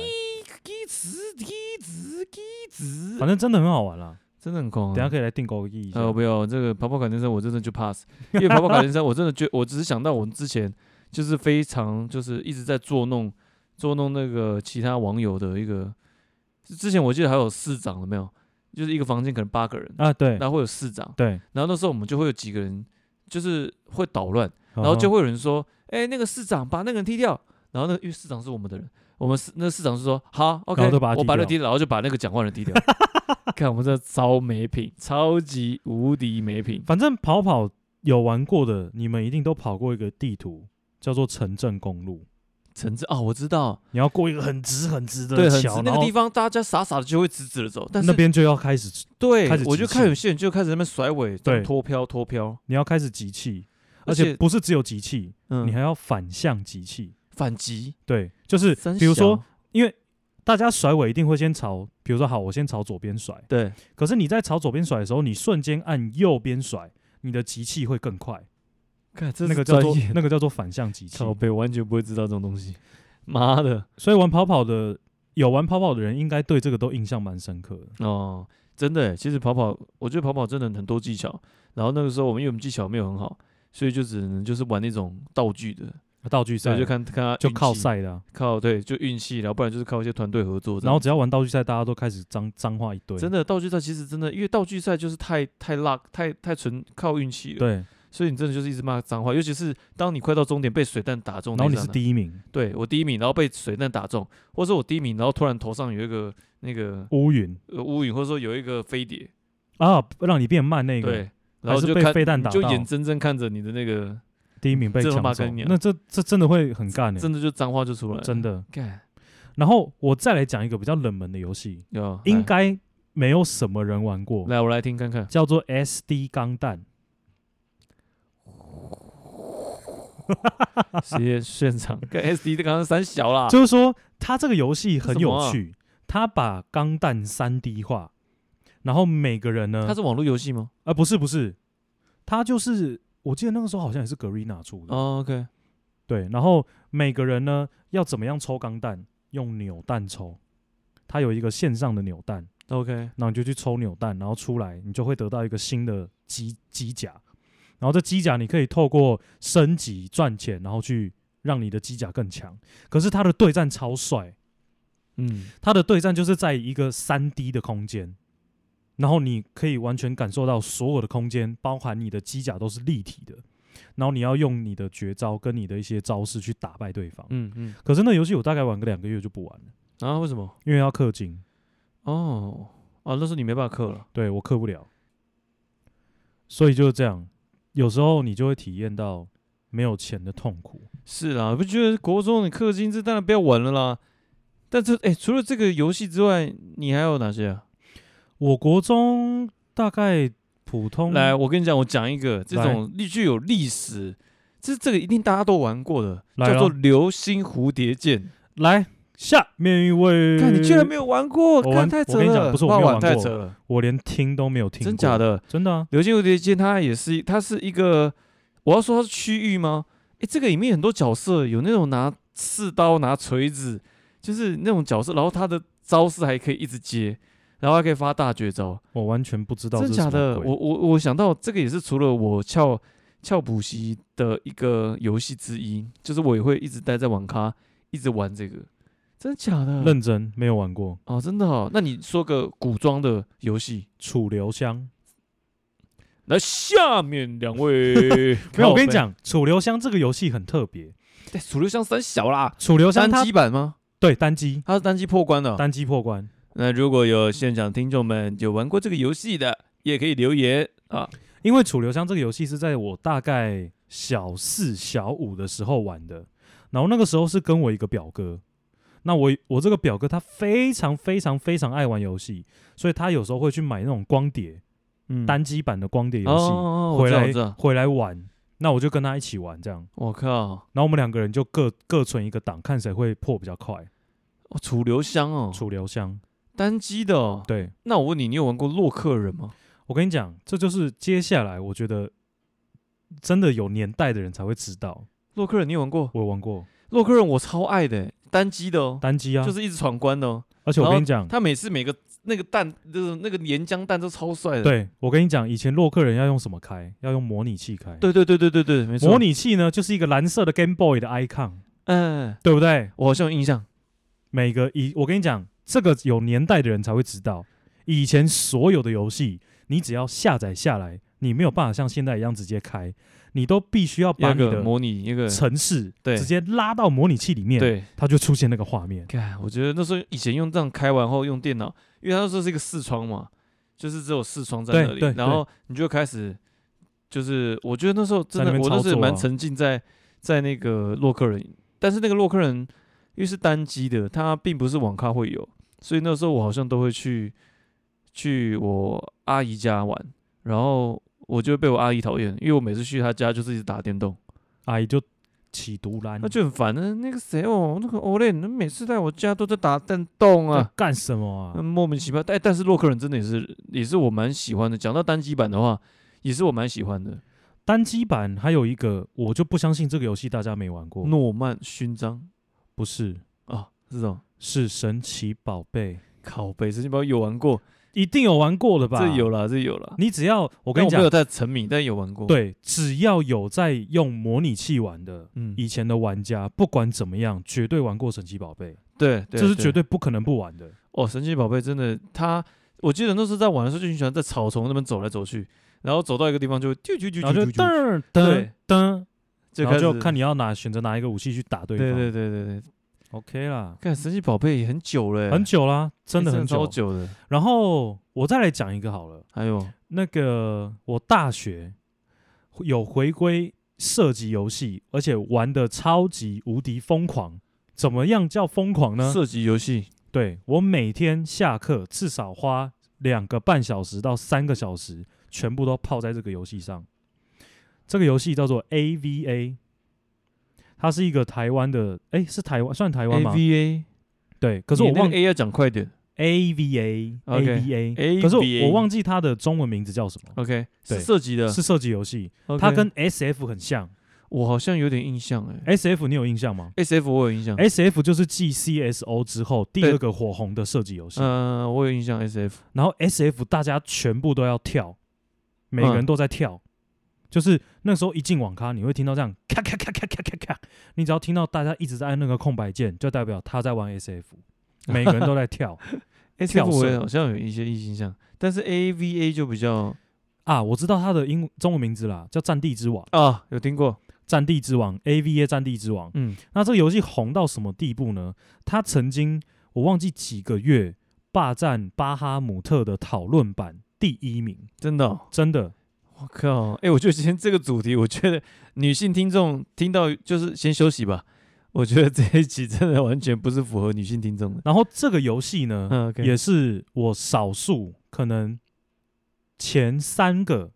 Speaker 3: 直踢直踢直
Speaker 2: 反正真的很好玩啦。
Speaker 3: 真的很狂、啊。
Speaker 2: 等一下可以来订购一下。
Speaker 3: 呃，不要这个跑跑卡丁车，我真的就 pass，因为跑跑卡丁车，我真的觉，我只是想到我们之前就是非常就是一直在捉弄捉弄那个其他网友的一个，之前我记得还有市长了没有？就是一个房间可能八个人，
Speaker 2: 啊，对
Speaker 3: 然后会有市长，
Speaker 2: 对，
Speaker 3: 然后那时候我们就会有几个人就是会捣乱，然后就
Speaker 2: 会
Speaker 3: 会有人说，哎、那个市长把那个人踢掉，然后那个因为市长是我们的人，我们市那市长是说好，OK，
Speaker 2: 然后就把他踢
Speaker 3: 我把那
Speaker 2: 掉
Speaker 3: 个踢掉，然后就把那个讲话人踢 掉。看我们这超没品，超级无敌没品。
Speaker 2: 反正跑跑有玩过的，你们一定都跑过一个地图，叫做城镇公路。
Speaker 3: 橙子哦，我知道，
Speaker 2: 你要过一个很直很直的
Speaker 3: 对，很直
Speaker 2: 桥，
Speaker 3: 那
Speaker 2: 然
Speaker 3: 个
Speaker 2: 后
Speaker 3: 地方，大家傻傻的就会直直的走，但
Speaker 2: 那
Speaker 3: 是
Speaker 2: 边就要开始，
Speaker 3: 对
Speaker 2: 开始，
Speaker 3: 我
Speaker 2: 直
Speaker 3: 就看有
Speaker 2: 线
Speaker 3: 些人就开始在那边甩尾，这样
Speaker 2: 对
Speaker 3: 脱飘脱飘，
Speaker 2: 你要开始集气，而
Speaker 3: 而
Speaker 2: 且
Speaker 3: 且
Speaker 2: 不是只有集气，
Speaker 3: 嗯，
Speaker 2: 你还要反向集气。
Speaker 3: 反击，
Speaker 2: 对，就是
Speaker 3: 三
Speaker 2: 比如说
Speaker 3: 小，
Speaker 2: 因为大家甩尾一定会先朝，比如说好，我先朝左边甩，
Speaker 3: 对，
Speaker 2: 可是你在朝左边甩的时候，你瞬间按右边甩，你的集气会更快。
Speaker 3: 看这
Speaker 2: 那个
Speaker 3: 是
Speaker 2: 叫
Speaker 3: 专
Speaker 2: 做
Speaker 3: 业，
Speaker 2: 那个叫做反向机器
Speaker 3: 靠。背完全不会知道这种东西，妈的
Speaker 2: 所以玩跑跑的有玩跑跑的人，应该对这个都印象蛮深刻的。
Speaker 3: 哦，真的耶，其实跑跑，我觉得跑跑真的很多技巧。然后那个时候我们因为我们技巧没有很好，所以就只能就是玩那种道具的，
Speaker 2: 道具
Speaker 3: 所
Speaker 2: 赛
Speaker 3: 以就看看他
Speaker 2: 就
Speaker 3: 运
Speaker 2: 靠
Speaker 3: 气，
Speaker 2: 赛的啊、
Speaker 3: 靠对，就运气，然后不然就是靠一些团队合作这样。
Speaker 2: 然后只要玩道具赛，大家都开始脏脏话一堆。
Speaker 3: 真的道具赛其实真的，因为道具赛就是太太 luck，太太纯靠运气了。
Speaker 2: 对，
Speaker 3: 所以你真的就是一直骂脏话，尤其是当你快到终点被水弹打中
Speaker 2: 然
Speaker 3: 那一刹那，
Speaker 2: 后你是第一名，
Speaker 3: 对我第一名，然后被水弹打中，或者说我第一名，然后突然头上有一个那个
Speaker 2: 乌云
Speaker 3: 呃乌云，或者说有一个飞碟，
Speaker 2: 啊，让你变慢那个，
Speaker 3: 对，然后
Speaker 2: 还是
Speaker 3: 就
Speaker 2: 被
Speaker 3: 看
Speaker 2: 飞弹
Speaker 3: 你
Speaker 2: 打
Speaker 3: 就
Speaker 2: 到
Speaker 3: 眼睁睁看着你的那个，
Speaker 2: 第一名被
Speaker 3: 这
Speaker 2: 抢
Speaker 3: 他妈
Speaker 2: 走
Speaker 3: 跟你，啊
Speaker 2: 那这这真的会很干的、
Speaker 3: 真的就脏话就出来了，
Speaker 2: 真的。
Speaker 3: 干，
Speaker 2: 然后我再来讲一个比较冷门的游戏，
Speaker 3: 有
Speaker 2: 应该没有什么人玩过，
Speaker 3: 来来我来听看 看，
Speaker 2: 叫做 SD 钢弹。
Speaker 3: 实验现场跟 SD 的刚刚三小啦，
Speaker 2: 就是说，它这个游戏很
Speaker 3: 这什么
Speaker 2: 有
Speaker 3: 啊
Speaker 2: 趣，它把钢弹三 D 化，然后每个人呢，
Speaker 3: 它是网络游戏吗？
Speaker 2: 啊、不是不是，它就是我记得那个时候好像也是格瑞娜出的，
Speaker 3: 哦，OK，
Speaker 2: 对，然后每个人呢要怎么样抽钢弹，用扭蛋抽，它有一个线上的扭蛋，
Speaker 3: OK，
Speaker 2: 然后你就去抽扭蛋，然后出来你就会得到一个新的机机甲，然后这机甲你可以透过升级赚钱，然后去让你的机甲更强。可是它的对战超帅，
Speaker 3: 嗯，
Speaker 2: 它的对战就是在一个三 D 的空间，然后你可以完全感受到所有的空间，包含你的机甲都是立体的，然后你要用你的绝招跟你的一些招式去打败对方。
Speaker 3: 嗯嗯，
Speaker 2: 可是那游戏我大概玩个两个月就不玩了，
Speaker 3: 然后为什么？
Speaker 2: 因为要氪金，
Speaker 3: 哦，啊，那时候你没办法刻了，
Speaker 2: 对我氪不了，所以就是这样。有时候你就会体验到没有钱的痛苦。
Speaker 3: 是啦，不觉得国中的氪金这当然不要玩了啦。但这哎、除了这个游戏之外，你还有哪些啊？
Speaker 2: 我国中大概普通
Speaker 3: 来，我跟你讲，我讲一个这
Speaker 2: 来
Speaker 3: 种历具有历史，这这个一定大家都玩过的，
Speaker 2: 来
Speaker 3: 叫做
Speaker 2: 咯
Speaker 3: 流星蝴蝶剑。
Speaker 2: 来下面一位，
Speaker 3: 看你居然没有玩过，
Speaker 2: 我
Speaker 3: 看
Speaker 2: 玩
Speaker 3: 太扯
Speaker 2: 我跟你
Speaker 3: 了，
Speaker 2: 讲不是我
Speaker 3: 哇
Speaker 2: 没有玩
Speaker 3: 太
Speaker 2: 过
Speaker 3: 扯了，
Speaker 2: 我连听都没有听过，
Speaker 3: 真假？的？
Speaker 2: 真的啊，
Speaker 3: 流星蝴蝶剑它也是它是一个，我要说它是区域吗？哎、这个里面很多角色有那种拿刺刀、拿锤子，就是那种角色，然后他的招式还可以一直接，然后还可以发大绝招。
Speaker 2: 我完全不知道这
Speaker 3: 真
Speaker 2: 是
Speaker 3: 假
Speaker 2: 什么
Speaker 3: 的？
Speaker 2: 鬼
Speaker 3: 我我我想到这个也是除了我翘翘补习的一个游戏之一，就是我也会一直待在网咖，一直玩这个。真假的？
Speaker 2: 认真没有玩过
Speaker 3: 哦，真的哦。那你说个古装的游戏，
Speaker 2: 楚留香。，
Speaker 3: 来下面两位
Speaker 2: 没有，我跟你，讲，楚留香这个游戏很特别。
Speaker 3: 哎，楚留香三小啦，
Speaker 2: 楚留香
Speaker 3: 单
Speaker 2: 它
Speaker 3: 机版吗？
Speaker 2: 对单机
Speaker 3: 它是单机破关的哦。
Speaker 2: 单机破关，
Speaker 3: 那如果有现场听众们有玩过这个游戏的，也可以留言啊。
Speaker 2: 因为楚留香这个游戏是在我大概小四小五的时候玩的，然后那个时候是跟我一个表哥。那我我这个表哥他非常非常非常爱玩游戏，所以他有时候会去买那种光碟
Speaker 3: 嗯
Speaker 2: 单机版的光碟游
Speaker 3: 哦
Speaker 2: 戏、
Speaker 3: 哦，哦我
Speaker 2: 回
Speaker 3: 知道，我
Speaker 2: 来
Speaker 3: 知道。
Speaker 2: 回来玩。那我就跟他一起玩这样，
Speaker 3: 我靠，哦
Speaker 2: 然后我们两个人就各各存一个档，看谁会破比较快。
Speaker 3: 哦楚留香哦，
Speaker 2: 楚留香，
Speaker 3: 单机的哦。
Speaker 2: 对
Speaker 3: 那我问你，你有玩过洛克人吗？
Speaker 2: 我跟你讲，这就是接下来我觉得真的有年代的人才会知道，
Speaker 3: 洛克人你有玩过？
Speaker 2: 我有玩过
Speaker 3: 洛克人我超爱的欸，单机的哦，
Speaker 2: 单机啊，
Speaker 3: 就是一直闯关的哦。
Speaker 2: 而且我跟你讲，
Speaker 3: 他每次每个那个蛋，就是那个岩浆蛋都超帅的。
Speaker 2: 对我跟你讲，以前洛克人要用什么开？要用模拟器开。，
Speaker 3: 对对对对对对，没错。
Speaker 2: 模，拟器呢就是一个蓝色的 Game Boy 的 icon，
Speaker 3: 嗯，
Speaker 2: 对不对？
Speaker 3: 我好像有印象。
Speaker 2: 每个以我跟你讲，这个有年代的人才会知道，以前所有的游戏，你只要下载下来，你没有办法像现在一样直接开，你都必须要把
Speaker 3: 那
Speaker 2: 你
Speaker 3: 个
Speaker 2: 的
Speaker 3: 模拟一个，
Speaker 2: 城市
Speaker 3: 对
Speaker 2: 直接拉到模拟器里面，
Speaker 3: 对，
Speaker 2: 它就出现那个画面。
Speaker 3: 看，我觉得那时候以前用这样开完后用电脑，因为它那时候是一个视窗嘛，就是只有视窗在
Speaker 2: 对
Speaker 3: 那里
Speaker 2: 对，
Speaker 3: 然后你就开始，就是我觉得那时候真
Speaker 2: 在那
Speaker 3: 的，
Speaker 2: 边
Speaker 3: 我那时
Speaker 2: 操
Speaker 3: 候
Speaker 2: 作
Speaker 3: 蛮
Speaker 2: 啊
Speaker 3: 沉浸在在那个洛克人，但是那个洛克人因为是单机的，它并不是网咖会有，所以那时候我好像都会去去我阿姨家玩，然后我就会被我阿姨讨厌，因为我每次去她家就是一直打电动。
Speaker 2: 阿姨啊就起独蓝，
Speaker 3: 那就很烦。那那个谁哦，那个 Olen，每次在我家都在打电动啊
Speaker 2: 在，干什么啊
Speaker 3: 嗯，？莫名其妙。但但是洛克人真的也是也是我蛮喜欢的。讲到单机版的话，也是我蛮喜欢的。
Speaker 2: 单机版还有一个，我就不相信这个游戏大家没玩过，
Speaker 3: 诺曼勋章
Speaker 2: 不是，
Speaker 3: 啊，是这种
Speaker 2: 是神奇宝贝，
Speaker 3: 靠北神奇宝贝有玩过，
Speaker 2: 一定有玩过的吧？
Speaker 3: 这有啦，这有啦。
Speaker 2: 你只要我
Speaker 3: 我
Speaker 2: 跟你讲
Speaker 3: 没有，太沉迷，但有玩过。，
Speaker 2: 对，只要有在用模拟器玩的。
Speaker 3: 嗯，
Speaker 2: 以前的玩家不管怎么样，绝对玩过神奇宝贝，
Speaker 3: 对，
Speaker 2: 这是绝
Speaker 3: 对
Speaker 2: 对不可能不玩的。
Speaker 3: 哦。神奇宝贝真的，它我记得那时候在玩的时候就很喜欢在草丛那边走来走去，然后走到一个地方就啾啾啾
Speaker 2: 然后就
Speaker 3: 啾啾
Speaker 2: 噔
Speaker 3: 啾，
Speaker 2: 儿
Speaker 3: 对
Speaker 2: 噔噔，
Speaker 3: 就
Speaker 2: 然后
Speaker 3: 开
Speaker 2: 就
Speaker 3: 始
Speaker 2: 看你要拿选择拿一个武器去打对
Speaker 3: 对
Speaker 2: 方。
Speaker 3: 对对对对，
Speaker 2: o k 啦，
Speaker 3: 看神奇宝贝也很久了欸，
Speaker 2: 很久啦，真的很
Speaker 3: 超
Speaker 2: 久。
Speaker 3: 久哎的。
Speaker 2: 然后我再来讲一个好了，
Speaker 3: 还有
Speaker 2: 那个我大学有回归射击游戏，而且玩的超级无敌疯狂。怎么样叫疯狂呢？
Speaker 3: 射击游戏，
Speaker 2: 对我每天下课至少花两个半小时到三个小时，全部都泡在这个游戏上。这个游戏叫做 AVA，它是一个台湾的，哎，是台湾算台湾
Speaker 3: A
Speaker 2: 吗
Speaker 3: V A，
Speaker 2: 对，可是我忘
Speaker 3: A 要讲快点。
Speaker 2: AVA
Speaker 3: OK，
Speaker 2: AVA，可是
Speaker 3: AVA
Speaker 2: 我我忘记它的中文名字叫什么，
Speaker 3: OK，
Speaker 2: 对
Speaker 3: 是射击的，
Speaker 2: 是射击游戏，
Speaker 3: OK
Speaker 2: 它跟 SF 很像。
Speaker 3: 我好像有点印象哎。
Speaker 2: SF 你有印象吗
Speaker 3: S F 我有印象，
Speaker 2: ？SF 就是继 CSO 之后第
Speaker 3: 嗯对
Speaker 2: 二个火红的射击游戏，
Speaker 3: 嗯、我有印象 S F，
Speaker 2: 然后 S F 大家全部都要跳，
Speaker 3: 嗯
Speaker 2: 每个人都在跳，就是那时候一进网咖，你会听到这样咔咔咔咔咔咔咔，你只要听到大家一直在按那个空白键，就代表他在玩 S F，每个人都在跳
Speaker 3: S
Speaker 2: 跳
Speaker 3: F 我也
Speaker 2: 色
Speaker 3: 好像有一些印象，但是 A V A 就比较
Speaker 2: 啊！我知道他的英中文名字啦，叫《战地之王》，《
Speaker 3: 啊，有听过，
Speaker 2: 战地之王》A V A《战地之王》。
Speaker 3: 嗯，
Speaker 2: 那这个游戏红到什么地步呢？它曾经我忘记几个月霸占巴哈姆特的讨论版第一名，
Speaker 3: 真的哦、
Speaker 2: 真的
Speaker 3: 我靠，哎、我觉得今天这个主题，我觉得女性听众听到就是先休息吧，我觉得这一集真的完全不是符合女性听众的，
Speaker 2: 然后这个游戏呢，
Speaker 3: 嗯，OK，
Speaker 2: 也是我少数可能前三个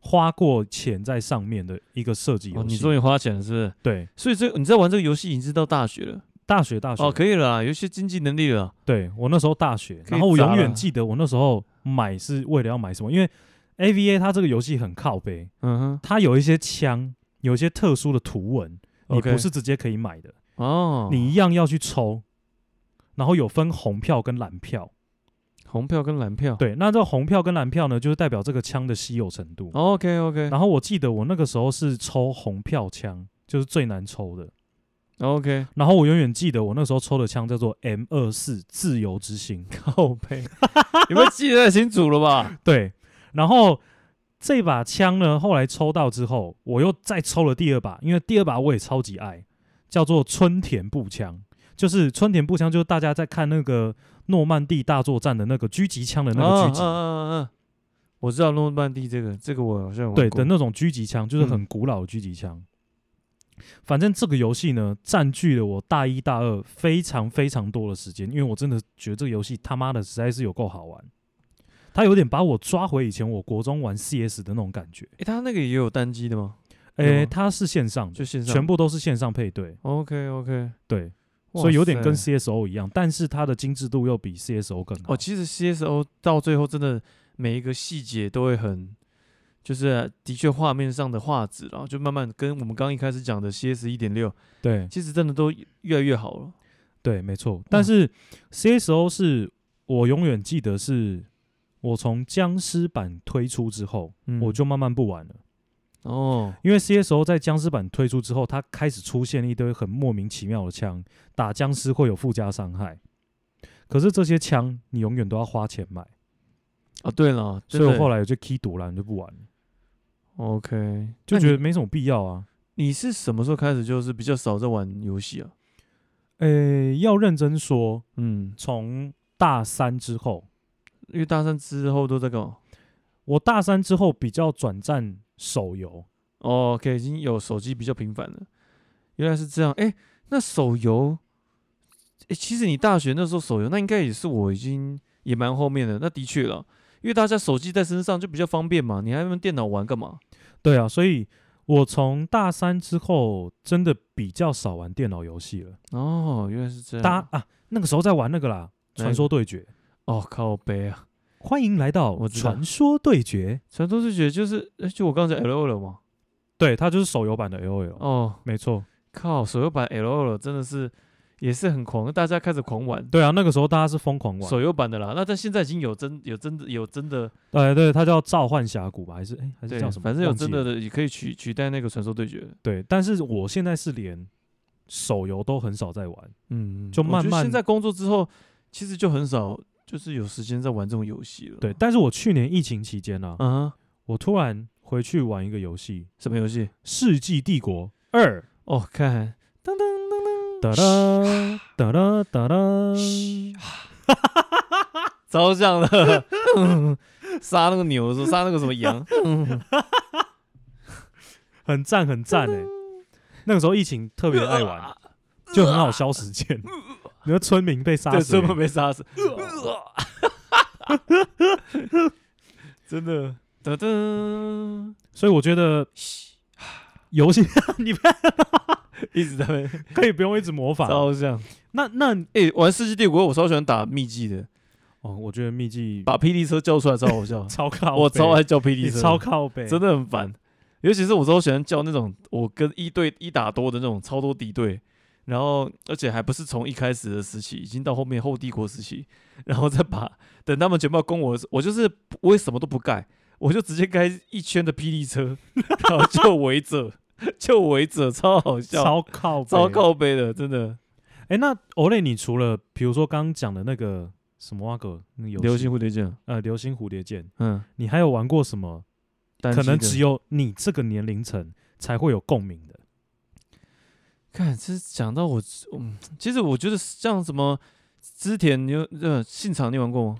Speaker 2: 花过钱在上面的一个设计游
Speaker 3: 哦，
Speaker 2: 戏。
Speaker 3: 你终于花钱了是不是？
Speaker 2: 对
Speaker 3: 所以这你在玩这个游戏已经是到大学了，
Speaker 2: 大学大学
Speaker 3: 哦，可以了啦，有一些经济能力了啦，
Speaker 2: 对我那时候大学，
Speaker 3: 可以
Speaker 2: 然后我
Speaker 3: 砸
Speaker 2: 永远
Speaker 3: 了
Speaker 2: 记得我那时候买是为了要买什么，因为 A V A 它这个游戏很靠背，
Speaker 3: 嗯哼，
Speaker 2: 它有一些枪，有一些特殊的图文，你
Speaker 3: OK
Speaker 2: 不是直接可以买的，
Speaker 3: 哦，
Speaker 2: 你一样要去抽，然后有分红票跟蓝票。
Speaker 3: 哦红票跟蓝票，
Speaker 2: 对，那这个红票跟蓝票呢，就是代表这个枪的稀有程度。
Speaker 3: ，OK 哦 OK
Speaker 2: 然后我记得我那个时候是抽红票枪，就是最难抽的。
Speaker 3: OK，
Speaker 2: 然后我永远记得我那时候抽的枪叫做 M 二四自由之星，
Speaker 3: 靠背，有没有记得太清楚了 吧？
Speaker 2: 对。然后这把枪呢，后来抽到之后，我又再抽了第二把，因为第二把我也超级爱，叫做春田步枪。就是春田步枪，就是大家在看那个诺曼底大作战的那个狙击枪的那个狙击，
Speaker 3: 啊啊啊啊我知道诺曼底这个，这个我好像有玩
Speaker 2: 对
Speaker 3: 过嗯
Speaker 2: 的那种狙击枪，就是很古老的狙击枪。反正这个游戏呢，占据了我大一大二非常非常多的时间，因为我真的觉得这个游戏他妈的实在是有够好玩，它有点把我抓回以前我国中玩 CS 的那种感觉。
Speaker 3: 诶，他那个也有单机的吗？有
Speaker 2: 诶、
Speaker 3: 吗
Speaker 2: 它是线上
Speaker 3: 就
Speaker 2: 的，
Speaker 3: 线上
Speaker 2: 全部都是线上配对，
Speaker 3: OK OK，
Speaker 2: 对，所以有点跟
Speaker 3: 哇塞
Speaker 2: CSO 一样，但是它的精致度又比 CSO 更好。
Speaker 3: 哦，其实 CSO 到最后真的每一个细节都会很，就是呃的确画面上的画质啦，然后就慢慢跟我们刚一开始讲的 CS 一点六，
Speaker 2: 对
Speaker 3: 其实真的都越来越好了。
Speaker 2: 对，没错。但是 CSO 是我永远记得是。我从僵尸版推出之后，
Speaker 3: 嗯
Speaker 2: 我就慢慢不玩了，
Speaker 3: 哦，
Speaker 2: 因为 CSO 在僵尸版推出之后，它开始出现一堆很莫名其妙的枪，打僵尸会有附加伤害。可是这些枪你永远都要花钱买，
Speaker 3: 哦对了，
Speaker 2: 所以我后
Speaker 3: 来
Speaker 2: 来我就 key 赌了，就不玩了，
Speaker 3: OK
Speaker 2: 就
Speaker 3: 那
Speaker 2: 觉
Speaker 3: 你
Speaker 2: 得没什么必要啊。
Speaker 3: 你是什么时候开始就是比较少在玩游戏啊？
Speaker 2: 诶、呃要认真说，
Speaker 3: 嗯，
Speaker 2: 从大三之后，
Speaker 3: 因为大三之后都在干嘛？
Speaker 2: 我大三之后比较转战手游，
Speaker 3: 哦，OK，已经有手机比较频繁了，原来是这样。哎、那手游，哎、其实你大学那时候手游，那应该也是我已经也蛮后面的。那的确了，因为大家手机在身上就比较方便嘛，你还用电脑玩干嘛？
Speaker 2: 对啊，所以我从大三之后真的比较少玩电脑游戏了。
Speaker 3: 哦，原来是这样。
Speaker 2: 搭啊，那个时候在玩那个啦，
Speaker 3: 哪一个
Speaker 2: 传说对决。
Speaker 3: 哦，靠背啊，
Speaker 2: 哎欢迎来到
Speaker 3: 我知道
Speaker 2: 传说对决，
Speaker 3: 传说对决就是，诶就我刚才 L O L 嘛，
Speaker 2: 对，它就是手游版的 L O L，、
Speaker 3: 哦，
Speaker 2: 没错。
Speaker 3: 靠，手游版 L O L 真的是也是很狂，大家开始狂玩
Speaker 2: 对啊，那个时候大家是疯狂玩，
Speaker 3: 手游版的啦。那但现在已经有真有真的有真的
Speaker 2: 呃，对，它叫召唤峡谷吧，还是哎、还是
Speaker 3: 对
Speaker 2: 叫，什么？
Speaker 3: 反正有
Speaker 2: 忘记
Speaker 3: 真的
Speaker 2: 了
Speaker 3: 的也可以取取代那个传说对决。
Speaker 2: 对，但是我现在是连手游都很少在玩，
Speaker 3: 嗯，
Speaker 2: 就
Speaker 3: 我
Speaker 2: 慢
Speaker 3: 觉得
Speaker 2: 慢
Speaker 3: 现在工作之后，其实就很少就是有时间在玩这种游戏了。
Speaker 2: 对。，但是我去年疫情期间呢、啊，
Speaker 3: 嗯哼，
Speaker 2: 我突然回去玩一个游戏《
Speaker 3: 什么游戏？
Speaker 2: 世纪帝国二》，
Speaker 3: 哦， 看，噔噔噔噔，
Speaker 2: 哒哒哒哒哒哒，
Speaker 3: 着想了， 杀那个牛的时候，杀那个什么 羊，
Speaker 2: 很赞很赞哎、那个时候疫情特别爱玩，就很好消时间。 你说村民被杀
Speaker 3: 呃对，
Speaker 2: 死
Speaker 3: 最
Speaker 2: 了，
Speaker 3: 后被杀死， 真的，噔噔，
Speaker 2: 所以我觉得游戏你不要
Speaker 3: 一直在那边
Speaker 2: 可以不用一直模仿。
Speaker 3: 照相。
Speaker 2: 那那
Speaker 3: 哎、玩《世纪帝国》，我超喜欢打秘技的，
Speaker 2: 哦，我觉得秘技，
Speaker 3: 把霹雳车叫出来超好笑
Speaker 2: 超靠，
Speaker 3: 我超爱，叫霹雳
Speaker 2: 你
Speaker 3: 车，
Speaker 2: 超靠背，
Speaker 3: 真的很烦。尤其是我超喜欢叫那种我跟一对一打多的那种超多敌对，然后而且还不是从一开始的时期，已经到后面后帝国时期，然后再把等他们全部要攻我的时候，我就是不我也什么都不盖，我就直接盖一圈的霹雳车，然后就围着， 就围着，超好笑，
Speaker 2: 超靠背
Speaker 3: 超。靠背的，真的。
Speaker 2: 哎，那 Olay，你除了比如说刚刚讲的那个什么啊个那个游戏
Speaker 3: 流星蝴蝶剑，
Speaker 2: 呃流星蝴蝶剑，
Speaker 3: 嗯，
Speaker 2: 你还有玩过什么？
Speaker 3: 单
Speaker 2: 可
Speaker 3: 机
Speaker 2: 能
Speaker 3: 的
Speaker 2: 只有你这个年龄层才会有共鸣的。
Speaker 3: 看，其实讲到我，嗯，其实我觉得像什么织田，你有呃信长，你玩过吗？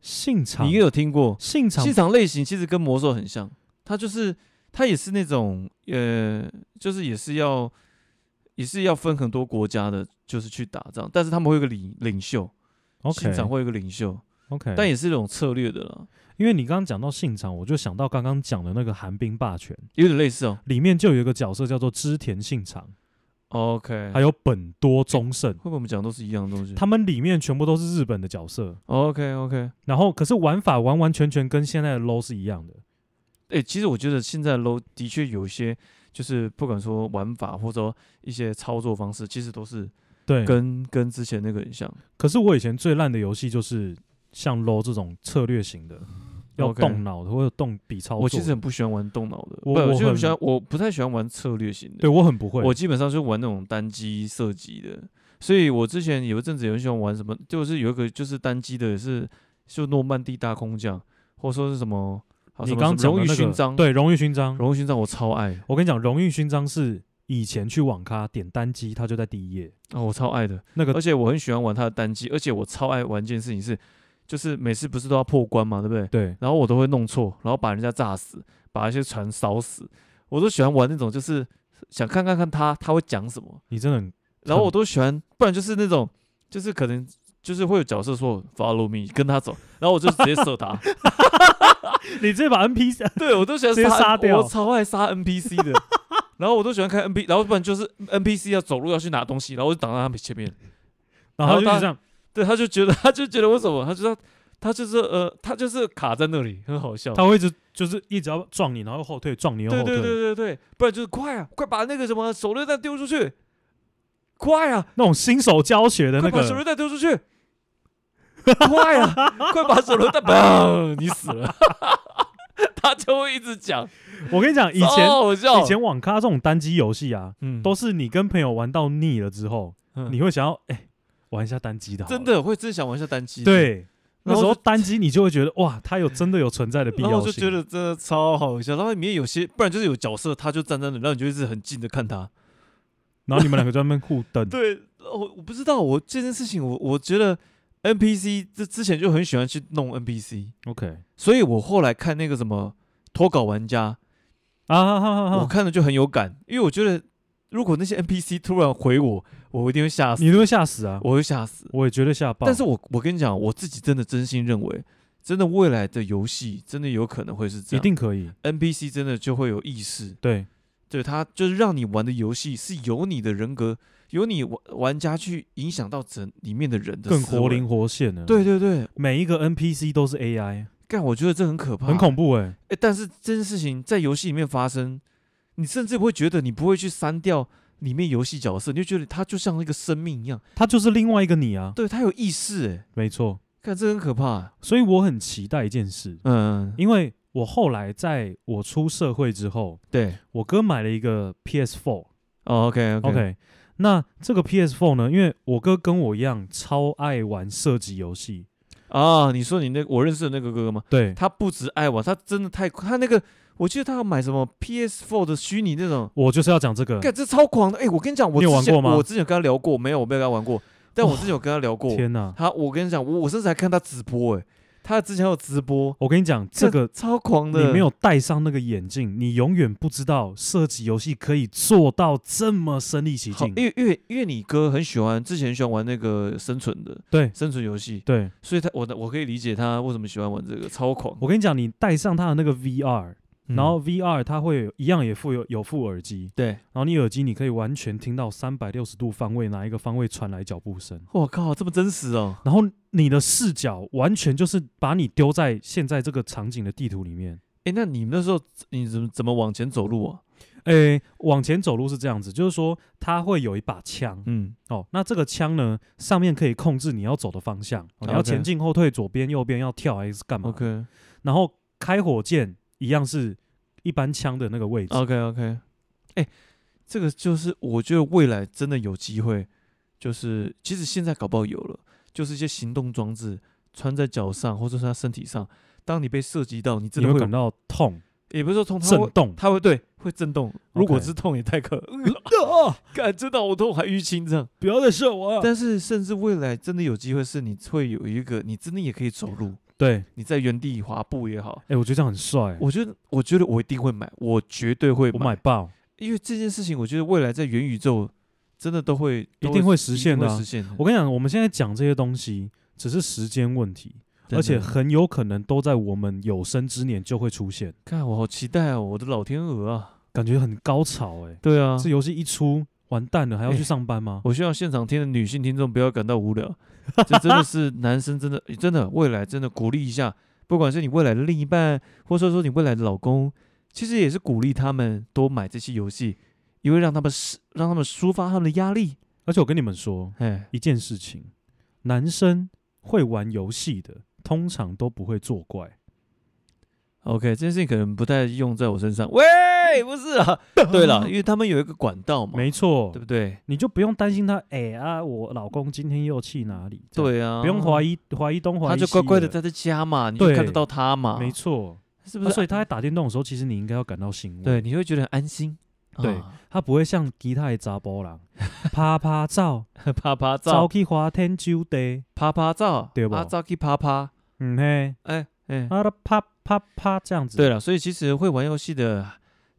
Speaker 2: 信长，
Speaker 3: 你应该有听过。
Speaker 2: 信长
Speaker 3: 信长类型其实跟魔兽很像，它就是它也是那种呃，就是也是要也是要分很多国家的，就是去打仗，但是他们会有个领领袖，
Speaker 2: ，OK
Speaker 3: 信长会有个领袖，
Speaker 2: OK，
Speaker 3: 但也是一种策略的啦，
Speaker 2: 因为你刚刚讲到信长，我就想到刚刚讲的那个寒冰霸权
Speaker 3: 有点类似哦。
Speaker 2: 里面就有一个角色叫做织田信长，
Speaker 3: OK，
Speaker 2: 还有本多忠胜，
Speaker 3: 会不会我们讲的都是一样的东西
Speaker 2: 他们里面全部都是日本的角色，
Speaker 3: ？OK OK，
Speaker 2: 然后可是玩法完完全全跟现在的 LO 是一样的。
Speaker 3: 哎、其实我觉得现在 low 的确有一些，就是不管说玩法或者说一些操作方式，其实都是
Speaker 2: 对，
Speaker 3: 跟跟之前那个很像。
Speaker 2: 可是我以前最烂的游戏就是像 LO 这种策略型的，要
Speaker 3: OK
Speaker 2: 动脑的或者动笔操作。
Speaker 3: 我其实很不喜欢玩动脑的，
Speaker 2: 我
Speaker 3: 不，
Speaker 2: 我
Speaker 3: 我就
Speaker 2: 很
Speaker 3: 很喜欢，我不太喜欢玩策略型的。
Speaker 2: 对我很不会，
Speaker 3: 我基本上就玩那种单机射击的，所以我之前有一阵子也很喜欢玩什么，就是有一个就是单机的，也是就诺曼底大空降，或者说是什么，好
Speaker 2: 你
Speaker 3: 什么
Speaker 2: 刚刚
Speaker 3: 什么
Speaker 2: 讲
Speaker 3: 荣
Speaker 2: 的
Speaker 3: 誉
Speaker 2: 那
Speaker 3: 勋
Speaker 2: 个
Speaker 3: 章，，
Speaker 2: 对荣誉勋章，
Speaker 3: 荣誉勋章我超爱，
Speaker 2: 我跟你讲，荣誉勋章是以前去网咖点单机，它就在第一页。
Speaker 3: 啊，我超爱的，
Speaker 2: 那个
Speaker 3: 而且我很喜欢玩他的单机，而且我超爱玩一件事情是，就是每次不是都要破关嘛，对不对？
Speaker 2: 对，
Speaker 3: 然后我都会弄错，然后把人家炸死，把一些船烧死，我都喜欢玩那种，就是想看看看他他会讲什么，
Speaker 2: 你真 的很
Speaker 3: 然后
Speaker 2: 很
Speaker 3: 我都喜欢，不然就是那种，就是可能就是会有角色说 follow me 跟他走，然后我就直接射 他，
Speaker 2: 你直接把 NPC
Speaker 3: 对我都喜欢
Speaker 2: 直接杀掉
Speaker 3: 我超爱杀 NPC 的。 然后我都喜欢看 N P，然后不然就是 N P C 要走路要去拿东西，然后我就挡在他们前面。
Speaker 2: 然
Speaker 3: 然后
Speaker 2: 后就
Speaker 3: 他
Speaker 2: 这样，
Speaker 3: 对，他就觉得 他就觉得为什么？他就说他就是呃，他就是卡在那里，很好笑。
Speaker 2: 他会一直就是一直要撞你，然后又后退，撞你又
Speaker 3: 对
Speaker 2: 后
Speaker 3: 对
Speaker 2: 退，
Speaker 3: 对对对，不然就是快啊，快把那个什么手榴弹丢出去，快啊，
Speaker 2: 那种新手教学的那
Speaker 3: 快把手
Speaker 2: 个
Speaker 3: 榴弹丢出去，快啊，快把手榴弹，砰，你死了。他就会一直讲，
Speaker 2: 我跟你讲，以前
Speaker 3: 超好笑，
Speaker 2: 以前网咖这种单机游戏啊，
Speaker 3: 哦嗯
Speaker 2: 都是你跟朋友玩到腻了之后，
Speaker 3: 嗯
Speaker 2: 你会想要哎玩一下单机的好了，
Speaker 3: 真的会真想玩一下单机，，
Speaker 2: 对。那
Speaker 3: 然后
Speaker 2: 时候
Speaker 3: 我就
Speaker 2: 单机你就会觉得哇，它有真的有存在的必
Speaker 3: 然后
Speaker 2: 要
Speaker 3: 我就觉
Speaker 2: 性。
Speaker 3: 得真的超好笑，然后里面有些不然就是有角色他就站在那里，然后你就一直很近的看他，
Speaker 2: 然后你们两个专门互瞪，
Speaker 3: 对，呃我我不知道，我这件事情我我觉得 NPC 这之前就很喜欢去弄 NPC，
Speaker 2: ，OK
Speaker 3: 所以我后来看那个什么脱稿玩家，
Speaker 2: 啊哈哈哈
Speaker 3: 我
Speaker 2: 哈，
Speaker 3: 看了就很有感，因为我觉得如果那些 NPC 突然回我，我一定会吓死，
Speaker 2: 你都会吓死啊！
Speaker 3: 我会吓死。
Speaker 2: 我也觉得吓爆。
Speaker 3: 但是我我跟你讲，我自己真的真心认为，真的未来的游戏真的有可能会是这
Speaker 2: 一
Speaker 3: 样，
Speaker 2: 定可以，
Speaker 3: NPC 真的就会有意识，
Speaker 2: 对
Speaker 3: 对它就是让你玩的游戏是由你的人格，由你玩玩家去影响到整里面的人的
Speaker 2: 更
Speaker 3: 思
Speaker 2: 活
Speaker 3: 维
Speaker 2: 灵活现了。
Speaker 3: 对，对对，
Speaker 2: 每一个 NPC 都是 AI，
Speaker 3: 干，我觉得这很可怕，
Speaker 2: 很恐怖哎、
Speaker 3: 诶但是这件事情在游戏里面发生，你甚至会觉得你不会去删掉里面游戏角色，你就觉得它就像一个生命一样，
Speaker 2: 他就是另外一个你啊，
Speaker 3: 对，它有意识、欸，哎，
Speaker 2: 没错。
Speaker 3: 看这很可怕、
Speaker 2: 所以我很期待一件事，
Speaker 3: 嗯，
Speaker 2: 因为我后来在我出社会之后，
Speaker 3: 对
Speaker 2: 我哥买了一个 PS4。
Speaker 3: 哦，OK OK，,
Speaker 2: OK，那这个 PS4 呢，因为我哥跟我一样超爱玩射击游戏，
Speaker 3: 啊，你说你那我认识的那个哥哥吗？
Speaker 2: 对
Speaker 3: 他不止爱玩，他真的太他那个，我记得他要买什么 PS4 的虚拟那种，
Speaker 2: 我就是要讲这个。
Speaker 3: 看这超狂的。哎、我跟你讲，我
Speaker 2: 你有
Speaker 3: 之前
Speaker 2: 玩过吗
Speaker 3: 我之前有跟他聊过，没有，我没有跟他玩过，但我之前有跟他聊过。
Speaker 2: 天哪！
Speaker 3: 他，我跟你讲，我我甚至还看他直播、哎，他之前还有直播，
Speaker 2: 我跟你讲，这个
Speaker 3: 看超狂的，
Speaker 2: 你没有戴上那个眼镜，你永远不知道射击游戏可以做到这么身临其
Speaker 3: 好，
Speaker 2: 境。
Speaker 3: 因为因为因为你哥很喜欢，之前很喜欢玩那个生存的
Speaker 2: 对
Speaker 3: 生存游戏，
Speaker 2: 对，
Speaker 3: 所以他我我可以理解他为什么喜欢玩这个超狂。
Speaker 2: 我跟你讲，你戴上它的那个 VR，
Speaker 3: 嗯
Speaker 2: 然后 VR 它会有一样也附有有附耳机，
Speaker 3: 对，
Speaker 2: 然后你耳机你可以完全听到三百六十度方位哪一个方位传来脚 步声，
Speaker 3: 我靠，这么真实哦！
Speaker 2: 然后你的视角完全就是把你丢在现在这个场景的地图里面。
Speaker 3: 哎，那你们那时候你怎么怎么往前走路啊？
Speaker 2: 诶，往前走路是这样子，就是说它会有一把枪
Speaker 3: 嗯，
Speaker 2: 哦，那这个枪呢上面可以控制你要走的方向，哦你要
Speaker 3: OK
Speaker 2: 前进、后退、左边、右边，要跳还是干嘛
Speaker 3: OK
Speaker 2: 然后开火键一样是一般枪的那个位置。
Speaker 3: OK OK，哎、这个就是我觉得未来真的有机会，就是其实现在搞不好有了，就是一些行动装置穿在脚上或者是他身体上，当你被涉及到，你真
Speaker 2: 你
Speaker 3: 的
Speaker 2: 会
Speaker 3: 会
Speaker 2: 感
Speaker 3: 有，
Speaker 2: 到痛、
Speaker 3: 也不是说痛，它
Speaker 2: 震
Speaker 3: 会
Speaker 2: 动，
Speaker 3: 它会对会震动，如果
Speaker 2: OK 啊
Speaker 3: 是痛也太 可，感真的好痛，还淤青这样。
Speaker 2: 不要再射我了。
Speaker 3: 但是甚至未来真的有机会是你会有一个，你真的也可以走路，
Speaker 2: 对，
Speaker 3: 你在原地滑步也好，
Speaker 2: 哎、我觉得这样很帅、我
Speaker 3: 我觉得我觉得我一定会买，我绝对会
Speaker 2: 我
Speaker 3: 买
Speaker 2: 买。爆，
Speaker 3: 因为这件事情，我觉得未来在元宇宙真的都会
Speaker 2: 一
Speaker 3: 都
Speaker 2: 定会实现的
Speaker 3: 一定
Speaker 2: 啊
Speaker 3: 会实现的。
Speaker 2: 我跟你讲，我们现在讲这些东西只是时间问题，
Speaker 3: 真的
Speaker 2: 而且很有可能都在我们有生之年就会出现，
Speaker 3: 看我好期待哦，我的老天鹅啊！
Speaker 2: 感觉很高潮哎、
Speaker 3: 对啊，
Speaker 2: 这游戏一出，完蛋了，还要
Speaker 3: 哎
Speaker 2: 去上班吗？
Speaker 3: 我希望现场听的女性听众不要感到无聊，这真的 是男生真的真的未来真的鼓励一下，不管是你未来的另一半，或者说你未来的老公，其实也是鼓励他们多买这些游戏，因为让他们释让他们抒发他们的压力。
Speaker 2: 而且我跟你们说
Speaker 3: 哎，
Speaker 2: 一件事情，男生会玩游戏的，通常都不会作怪。
Speaker 3: OK，这件事情可能不太用在我身上。喂，不是啊，对了，因为他们有一个管道嘛，
Speaker 2: 没错
Speaker 3: 对，不对？
Speaker 2: 你就不用担心他，哎、啊，我老公今天又去哪里？这样，
Speaker 3: 对啊，
Speaker 2: 不用怀疑怀疑东怀疑
Speaker 3: 他
Speaker 2: 西
Speaker 3: 就
Speaker 2: 的，
Speaker 3: 乖乖的待在家嘛，你就
Speaker 2: 对
Speaker 3: 看得到他嘛，
Speaker 2: 没，错。
Speaker 3: 是
Speaker 2: 是
Speaker 3: 不是？啊
Speaker 2: 所以他在打电动的时候，其实你应该要感到欣慰。
Speaker 3: 对，，你会觉得很安心，
Speaker 2: 对
Speaker 3: 啊
Speaker 2: 他不会像吉他的查甫人，啪啪照，
Speaker 3: 啪啪
Speaker 2: 照
Speaker 3: 照，
Speaker 2: 去花天酒地，
Speaker 3: 啪啪照，
Speaker 2: 对
Speaker 3: 啊
Speaker 2: 吧
Speaker 3: 照去啪啪，
Speaker 2: 嗯嘿，
Speaker 3: 哎哎，
Speaker 2: 啊的啪啪啪这样子。
Speaker 3: 对了，所以其实会玩游戏的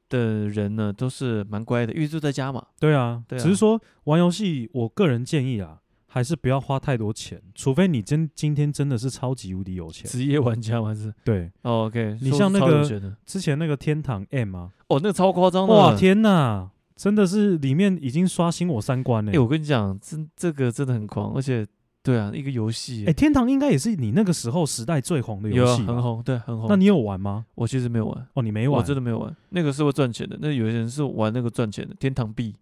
Speaker 3: 的人呢，都是蛮乖的，因为就在家嘛，
Speaker 2: 对啊，
Speaker 3: 对啊
Speaker 2: 只是说玩游戏，我个人建议啊，还是不要花太多钱，除非你真今天真的是超级无敌有钱。
Speaker 3: 职业玩家嘛是。
Speaker 2: 对，
Speaker 3: 哦 OK，
Speaker 2: 你
Speaker 3: 说
Speaker 2: 像那
Speaker 3: 超有
Speaker 2: 个
Speaker 3: 钱的
Speaker 2: 之前那个天堂 M 啊，
Speaker 3: 哦，那个超夸张的，
Speaker 2: 哇！天哪，真的是里面已经刷新我三观了、
Speaker 3: 哎，我跟你讲，真这个真的很狂，而且对啊，一个游戏
Speaker 2: 哎、，天堂应该也是你那个时候时代最红的游
Speaker 3: 有啊
Speaker 2: 戏、
Speaker 3: 很。红，对，很红。
Speaker 2: 那你有玩吗？
Speaker 3: 我其实没有玩。
Speaker 2: 哦，你没
Speaker 3: 我
Speaker 2: 玩，
Speaker 3: 真的没有玩，那个是会赚钱的。那有些人是玩那个赚钱的，天堂币，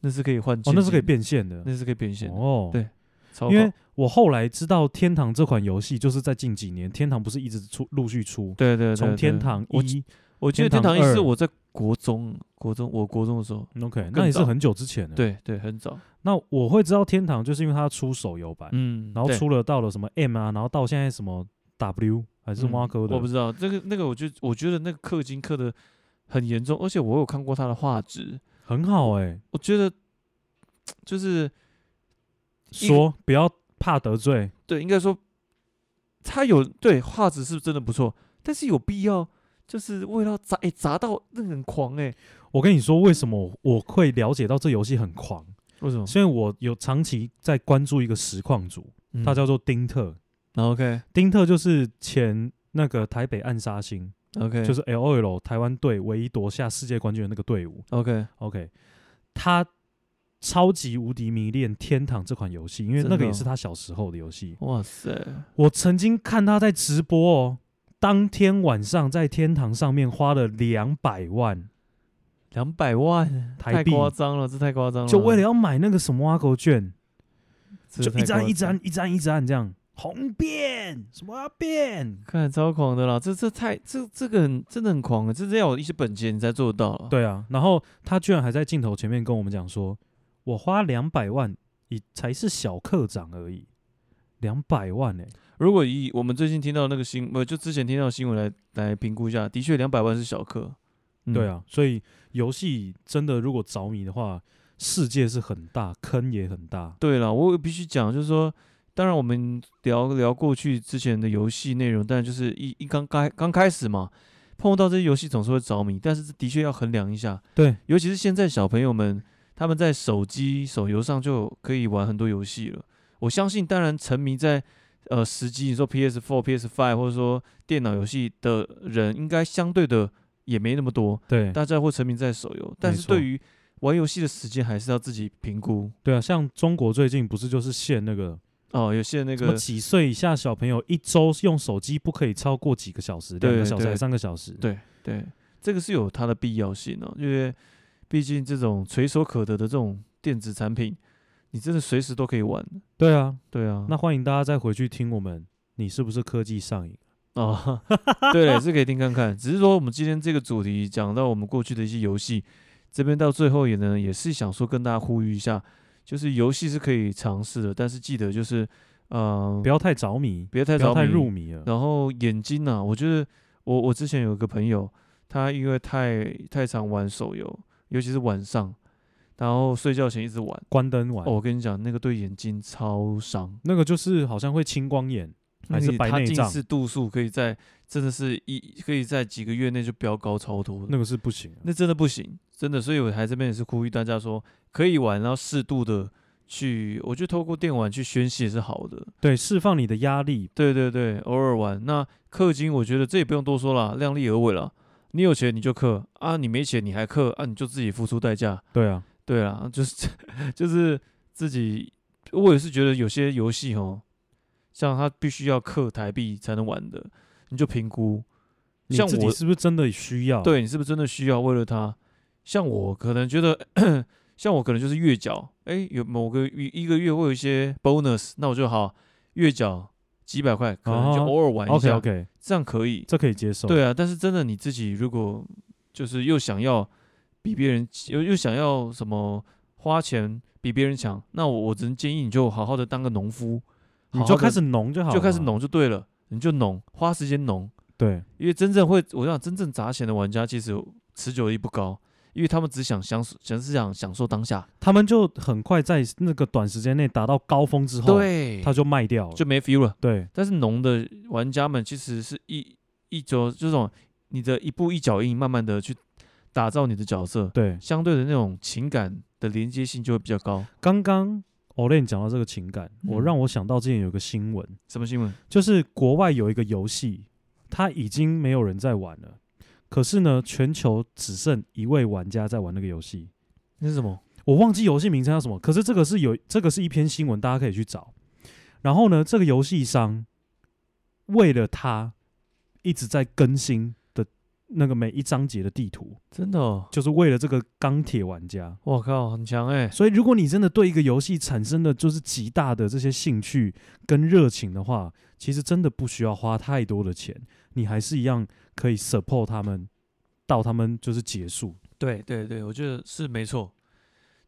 Speaker 3: 那是可以换
Speaker 2: 哦
Speaker 3: 钱，，
Speaker 2: 那是可以，变现的。
Speaker 3: 那是可以变现的，
Speaker 2: 哦，
Speaker 3: 对超
Speaker 2: 因
Speaker 3: 好
Speaker 2: 为我后来知道《天堂》这款游戏，就是在近几年，《天堂》不是一直出陆续出，
Speaker 3: 对对对，
Speaker 2: 从《
Speaker 3: 对
Speaker 2: 天堂
Speaker 3: 我
Speaker 2: 一
Speaker 3: 我记得天
Speaker 2: 天
Speaker 3: 堂
Speaker 2: 堂
Speaker 3: 一是
Speaker 2: 二
Speaker 3: 我在国中，国中我国中的时候，》
Speaker 2: ，OK，
Speaker 3: 早
Speaker 2: 那也是很久之前了。，
Speaker 3: 对对，很早，
Speaker 2: 那我会知道《天堂》，就是因为它出手游版，
Speaker 3: 嗯，
Speaker 2: 哎然后
Speaker 3: 对
Speaker 2: 出了到了什么 M 啊，然后到现在什么 W 还是
Speaker 3: 嗯
Speaker 2: 挖沟的，
Speaker 3: 我不知道这个那个，我觉得我觉得那个氪金氪的很严重，而且我有看过他的画质，
Speaker 2: 很好哎、
Speaker 3: 我觉得就是一个
Speaker 2: 说不要怕得罪，
Speaker 3: 对，应该说他有对画质是真的不错，但是有必要就是为了砸，哎、砸到那个很狂哎、
Speaker 2: 我跟你说为什么我会了解到这游戏很狂，
Speaker 3: 为什么？
Speaker 2: 是因为我有长期在关注一个实况组，他叫做丁特，
Speaker 3: 嗯 OK
Speaker 2: 丁特就是前那个台北暗杀星。
Speaker 3: OK，
Speaker 2: 就是 L O L 台湾队唯一夺下世界冠军的那个队伍。
Speaker 3: OK，
Speaker 2: OK，他超级无敌迷恋《天堂》这款游戏，因为
Speaker 3: 真
Speaker 2: 那
Speaker 3: 的
Speaker 2: 个也
Speaker 3: 哦
Speaker 2: 是他小时候的游戏。
Speaker 3: 哇塞，
Speaker 2: 我曾经看他在直播哦，当天晚上在天堂上面花了两百万，
Speaker 3: 两百万，
Speaker 2: 台
Speaker 3: 太
Speaker 2: 币
Speaker 3: 夸张了，这太夸张了。
Speaker 2: 就为了要买那个什么挖口券，
Speaker 3: 这
Speaker 2: 就
Speaker 3: 太
Speaker 2: 一张
Speaker 3: 夸
Speaker 2: 一
Speaker 3: 张
Speaker 2: 张一张一张这样红变什么变，
Speaker 3: 看超狂的啦，这这太这这个很真的很狂啊，这是要有一些本钱你才做得到啊。
Speaker 2: 对啊，然后他居然还在镜头前面跟我们讲说，我花两百万，也才是小课长而已，两百万哎、
Speaker 3: 如果以我们最近听到那个新，呃，就之前听到的新闻来来评估一下，的确两百万是小课。嗯
Speaker 2: 对，啊，所以游戏真的如果着迷的话，世界是很大，坑也很大，
Speaker 3: 对了，我必须讲，就是说，当然我们聊聊过去之前的游戏内容，但就是一一刚开刚开始嘛，碰到这些游戏总是会着迷，但是这的确要衡量一下，
Speaker 2: 对，
Speaker 3: 尤其是现在小朋友们，他们在手机手游上就可以玩很多游戏了。我相信，当然沉迷在呃时机，你说 PS4、PS5 或者说电脑游戏的人，应该相对的也没那么多，
Speaker 2: 对
Speaker 3: 大家会沉迷在手游，但是
Speaker 2: 错
Speaker 3: 对于玩游戏的时间还是要自己评估
Speaker 2: 对啊，像中国最近不是就是限那个
Speaker 3: 哦。有些那
Speaker 2: 什么
Speaker 3: 个
Speaker 2: 几岁以下小朋友一周用手机不可以超过几个小时，两个
Speaker 3: 对
Speaker 2: 小时
Speaker 3: 对
Speaker 2: 还三个小时，
Speaker 3: 对对，这个是有它的必要性哦，因为毕竟这种垂手可得的这种电子产品，你真的随时都可以玩。
Speaker 2: 对啊，
Speaker 3: 对啊，
Speaker 2: 那欢迎大家再回去听我们，你是不是科技上瘾？
Speaker 3: 哦，对了，也是可以听看看。只是说我们今天这个主题讲到我们过去的一些游戏，这边到最后也呢也是想说跟大家呼吁一下，就是游戏是可以尝试的，但是记得就是呃
Speaker 2: 不要太着迷，
Speaker 3: 别太
Speaker 2: 不
Speaker 3: 着
Speaker 2: 要
Speaker 3: 迷哦
Speaker 2: 太入迷了。
Speaker 3: 然后眼睛呢、我觉得我我之前有一个朋友，他因为太太常玩手游，尤其是晚上，然后睡觉前一直玩。
Speaker 2: 关灯玩，
Speaker 3: 哦，我跟你讲，那个对眼睛超伤。
Speaker 2: 那个就是好像会青光眼，还是
Speaker 3: 那个
Speaker 2: 白
Speaker 3: 嗯他
Speaker 2: 内
Speaker 3: 近
Speaker 2: 障
Speaker 3: 视度数可以在真的是一可以在几个月内就飙高超多的，
Speaker 2: 那个是不行、啊。
Speaker 3: 那真的不行，真的。所以我还这边也是呼吁大家说，可以玩，然后适度的去，我觉得透过电玩去宣泄是好的。
Speaker 2: 对，释放你的压力，
Speaker 3: 对对对，偶尔玩。那氪金，我觉得这也不用多说了，量力而为了。你有钱你就氪啊，你没钱你还氪啊，你就自己付出代价。
Speaker 2: 对啊，
Speaker 3: 对啊，就是 就是自己，我也是觉得有些游戏哦，像它必须要氪台币才能玩的，你就评估。
Speaker 2: 你
Speaker 3: 像
Speaker 2: 自己
Speaker 3: 我
Speaker 2: 是不是真的需要？，
Speaker 3: 对你是不是真的需要为了他？像我可能觉得，像我可能就是月缴，诶，有某个一一个月会有一些 bonus，那我就好月缴几百块，可能就
Speaker 2: 哦
Speaker 3: 偶尔玩一
Speaker 2: ，OK
Speaker 3: 下，
Speaker 2: OK，
Speaker 3: 这样可以。
Speaker 2: 这可以接受。，
Speaker 3: 对啊，但是真的你自己如果就是又想要比别人又又想要什么花钱比别人强，那我我只能建议你就好好的当个农夫，
Speaker 2: 你
Speaker 3: 好
Speaker 2: 就
Speaker 3: 好地
Speaker 2: 开始农就好了，
Speaker 3: 就开始。农就对了，你就农，花时间农。
Speaker 2: 对，
Speaker 3: 因为真正会，我想真正砸钱的玩家，其实持久力不高，因为他们只想享受，只是想享受当下。
Speaker 2: 他们就很快在那个短时间内达到高峰之后，
Speaker 3: 对
Speaker 2: 他
Speaker 3: 他
Speaker 2: 就卖掉了。
Speaker 3: 就没 feel 了。
Speaker 2: 对
Speaker 3: 但是农的玩家们其实是一一周这种你的一步一脚印，慢慢的去打造你的角色，
Speaker 2: 对，
Speaker 3: 相对的那种情感的连接性就会比较高。
Speaker 2: 刚刚 Olen 讲到这个情感，我
Speaker 3: 嗯
Speaker 2: 让我想到之前有个新闻，
Speaker 3: 什么新闻？
Speaker 2: 就是国外有一个游戏，它已经没有人在玩了，可是呢，全球只剩一位玩家在玩那个游戏。
Speaker 3: 那是什么？
Speaker 2: 我忘记游戏名称叫什么，可是这个是有这个是一篇新闻，大家可以去找。然后呢，这个游戏商为了它一直在更新的那个每一章节的地图，
Speaker 3: 真的、哦？
Speaker 2: 就是为了这个钢铁玩家。
Speaker 3: 我靠，很强哎、
Speaker 2: 所以，如果你真的对一个游戏产生的就是极大的这些兴趣跟热情的话，其实真的不需要花太多的钱，你还是一样可以 support 他们到他们就是结束。
Speaker 3: 对对对，我觉得是没错，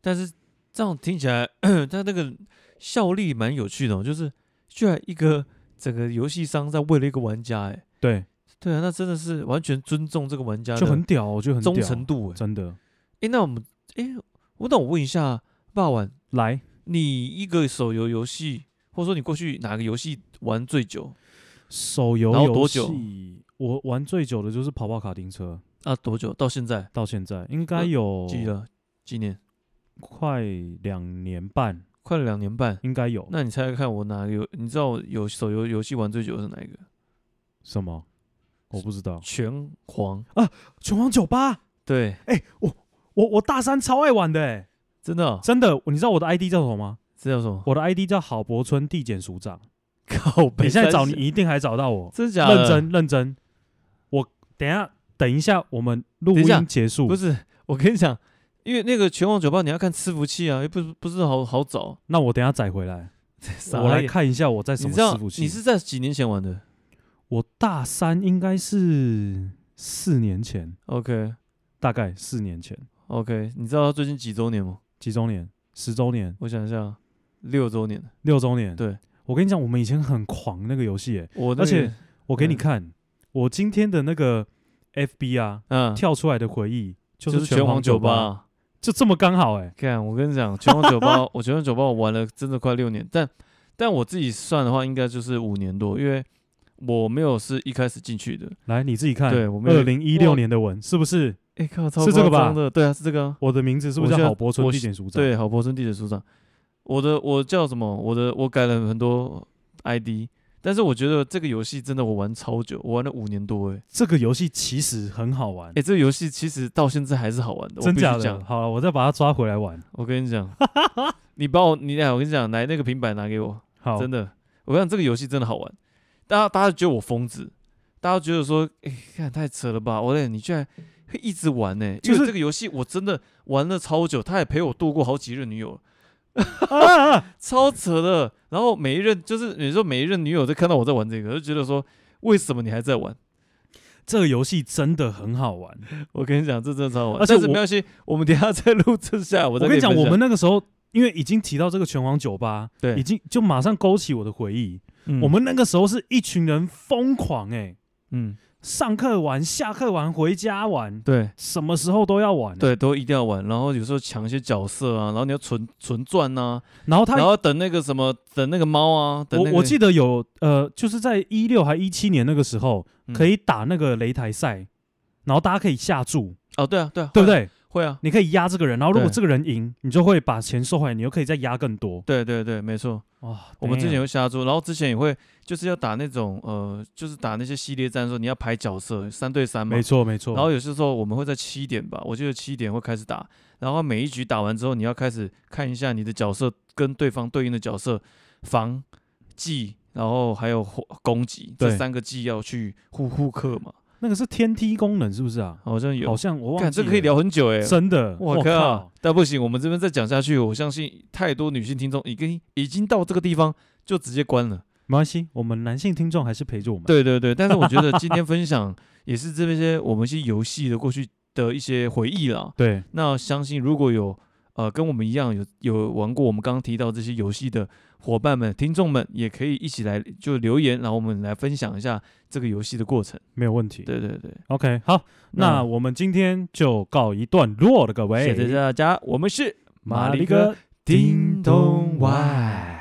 Speaker 3: 但是这样听起来， 它那个效力蛮有趣的、哦，就是居然一个整个游戏商在为了一个玩家，哎，
Speaker 2: 对，
Speaker 3: 对啊，那真的是完全尊重这个玩家
Speaker 2: 就很
Speaker 3: 的
Speaker 2: 屌，我觉得很
Speaker 3: 忠
Speaker 2: 屌
Speaker 3: 诚度，哎，
Speaker 2: 真的
Speaker 3: 诶，那我们，诶，我那我问一下，霸晚，
Speaker 2: 来。
Speaker 3: 你一个手游游戏，或者说你过去哪个游戏玩最久
Speaker 2: 手游
Speaker 3: 然后
Speaker 2: 游
Speaker 3: 多久
Speaker 2: 戏，我玩最久的就是跑跑卡丁车，
Speaker 3: 啊？多久？到现在
Speaker 2: 到现在应该
Speaker 3: 嗯
Speaker 2: 有
Speaker 3: 记得几年？
Speaker 2: 快两年半，
Speaker 3: 快了两年半。
Speaker 2: 应该有。
Speaker 3: 那你猜猜看，我哪个游？你知道我有手游游戏玩最久的是哪一个？
Speaker 2: 什么？我不知道。
Speaker 3: 拳皇，
Speaker 2: 拳皇酒吧，
Speaker 3: 对，
Speaker 2: 哎我我大三超爱玩的、欸，
Speaker 3: 真 的哦、
Speaker 2: 真的。你知道我的 ID 叫什么吗？
Speaker 3: 这叫什 么？
Speaker 2: 我的 ID 叫郝柏村地检署长。
Speaker 3: 靠北
Speaker 2: 你现在找你
Speaker 3: 三十
Speaker 2: 一定还找到我，
Speaker 3: 真的假的？
Speaker 2: 认真认真。我等一下等一下，我们录
Speaker 3: 等一下
Speaker 2: 音结束
Speaker 3: 不，是？我跟你讲，因为那个全网酒吧你要看伺服器啊，又不是不是好好 找。
Speaker 2: 那我等一下载回来，
Speaker 3: 傻
Speaker 2: 我来
Speaker 3: 眼，
Speaker 2: 看一下我在什
Speaker 3: 你
Speaker 2: 么
Speaker 3: 知道
Speaker 2: 伺服器。
Speaker 3: 你是在几年前玩的
Speaker 2: 我大三应该是四年前，
Speaker 3: ？OK
Speaker 2: 大概四年前，
Speaker 3: OK，你知道他最近几周年吗？
Speaker 2: 几周年？十周年、
Speaker 3: 我想一下，六周年。
Speaker 2: 六周年。
Speaker 3: 对，
Speaker 2: 我跟你讲，我们以前很狂那个游戏耶，
Speaker 3: 我那
Speaker 2: 而且
Speaker 3: 个
Speaker 2: 我给你
Speaker 3: 嗯
Speaker 2: 看，我今天的那个 FB 啊，
Speaker 3: 嗯，
Speaker 2: 跳出来的回忆就
Speaker 3: 就是是拳
Speaker 2: 皇
Speaker 3: 皇酒
Speaker 2: 吧，
Speaker 3: 吧。
Speaker 2: 就这么刚好哎、
Speaker 3: 看，我跟你讲，拳皇酒 吧，我拳皇酒吧我玩了真的快六年，但但我自己算的话，应该就是五年多，因为我没有是一开始进去的。
Speaker 2: 来你自己看，
Speaker 3: 对我没有
Speaker 2: 二零一六年的文是不是？
Speaker 3: 哎、靠，超
Speaker 2: 是这个
Speaker 3: 夸
Speaker 2: 吧
Speaker 3: 张的，对啊，是这个、啊。
Speaker 2: 我的名字是不
Speaker 3: 我
Speaker 2: 是
Speaker 3: 现
Speaker 2: 叫
Speaker 3: 在
Speaker 2: 郝柏村
Speaker 3: 我
Speaker 2: 地
Speaker 3: 是
Speaker 2: 检署长？，
Speaker 3: 对，郝柏村地铁署长，我的我叫什么？我的我改了很多 ID，但是我觉得这个游戏真的我玩超久，我玩了五年多哎、欸，
Speaker 2: 这个游戏其实很好玩，
Speaker 3: 哎、这个游戏其实到现在还是好玩的，我
Speaker 2: 真
Speaker 3: 必须
Speaker 2: 假的？
Speaker 3: 讲，
Speaker 2: 好了，我再把它抓回来玩。
Speaker 3: 我跟你 讲，你把我你俩，哎我跟你讲，来那个平板拿给我，
Speaker 2: 好，
Speaker 3: 真的，我想这个游戏真的好玩，大家大家觉得我疯子，大家觉得说，哎、看太扯了吧，我嘞，你居然会一直玩呢、
Speaker 2: 就
Speaker 3: 因为
Speaker 2: 是
Speaker 3: 这个游戏我真的玩了超久，他也陪我度过好几任女 友，
Speaker 2: 啊啊
Speaker 3: 超扯的。然后每一任就是你说每一任女友在看到我在玩这个，就觉得说为什么你还在玩？
Speaker 2: 这个游戏真的很好玩。
Speaker 3: 我跟你讲，这真的超好玩。
Speaker 2: 而且
Speaker 3: 但是
Speaker 2: 我
Speaker 3: 没关系，我们等一下再录这下，我
Speaker 2: 我
Speaker 3: 再
Speaker 2: 跟你讲，
Speaker 3: 分
Speaker 2: 我
Speaker 3: 享
Speaker 2: 们那个时候因为已经提到这个拳皇酒吧，
Speaker 3: 对
Speaker 2: 已经就马上勾起我的回忆。
Speaker 3: 嗯
Speaker 2: 我们那个时候是一群人疯狂哎、
Speaker 3: 嗯
Speaker 2: 上课玩，下课玩，回家玩，
Speaker 3: 对。
Speaker 2: 什么时候都要玩、，
Speaker 3: 对，都一定要玩，然后有时候抢一些角色啊，然后你要存存钻呐、
Speaker 2: 然后
Speaker 3: 然
Speaker 2: 他。
Speaker 3: 后等那个什么，等那个猫啊，等
Speaker 2: 我
Speaker 3: 那个
Speaker 2: 我记得有呃，就是在一六还一七年那个时候，
Speaker 3: 嗯
Speaker 2: 可以打那个擂台赛，然后大家可以下注，
Speaker 3: 哦，对啊，对啊，
Speaker 2: 对不
Speaker 3: 会啊？
Speaker 2: 对？
Speaker 3: 会啊，
Speaker 2: 你可以压这个人，然后如果
Speaker 3: 对
Speaker 2: 这个人赢，你就会把钱收回来，你又可以再压更多。
Speaker 3: 对对对，没错。
Speaker 2: 哇，
Speaker 3: 哦我们之前
Speaker 2: 有
Speaker 3: 有下注，然后之前也会就是要打那种呃，就是打那些系列战的时候，你要排角色，三对三嘛
Speaker 2: 没。错没错，
Speaker 3: 然后有些时候我们会在七点吧，我记得七点会开始打，然后每一局打完之后，你要开始看一下你的角色跟对方对应的角色防、技，然后还有火攻击这
Speaker 2: 对
Speaker 3: 三个技要去互互克嘛，
Speaker 2: 那个是天梯功能是不是啊？
Speaker 3: 好像有
Speaker 2: 好。像我忘
Speaker 3: 看
Speaker 2: 记
Speaker 3: 这
Speaker 2: 了
Speaker 3: 可以聊很久哎、
Speaker 2: 真的，
Speaker 3: 我
Speaker 2: 我
Speaker 3: 靠！！但不行，我们这边再讲下去，我相信太多女性听众已经已经到这个地方就直接关了。
Speaker 2: 没关系，我们男性听众还是陪着我们。
Speaker 3: 对对对，但是我觉得今天分享也是这些我们一些游戏的过去的一些回忆啦。
Speaker 2: 对
Speaker 3: 那相信如果有呃跟我们一样有有玩过我们刚刚提到这些游戏的伙伴们、听众们，也可以一起来就留言，然后我们来分享一下这个游戏的过程。
Speaker 2: 没有问题。
Speaker 3: 对对对，
Speaker 2: OK，好，那我们今天就告一段落了，各位。
Speaker 3: 谢谢大家，我们是
Speaker 2: 马力哥，
Speaker 3: 叮咚外。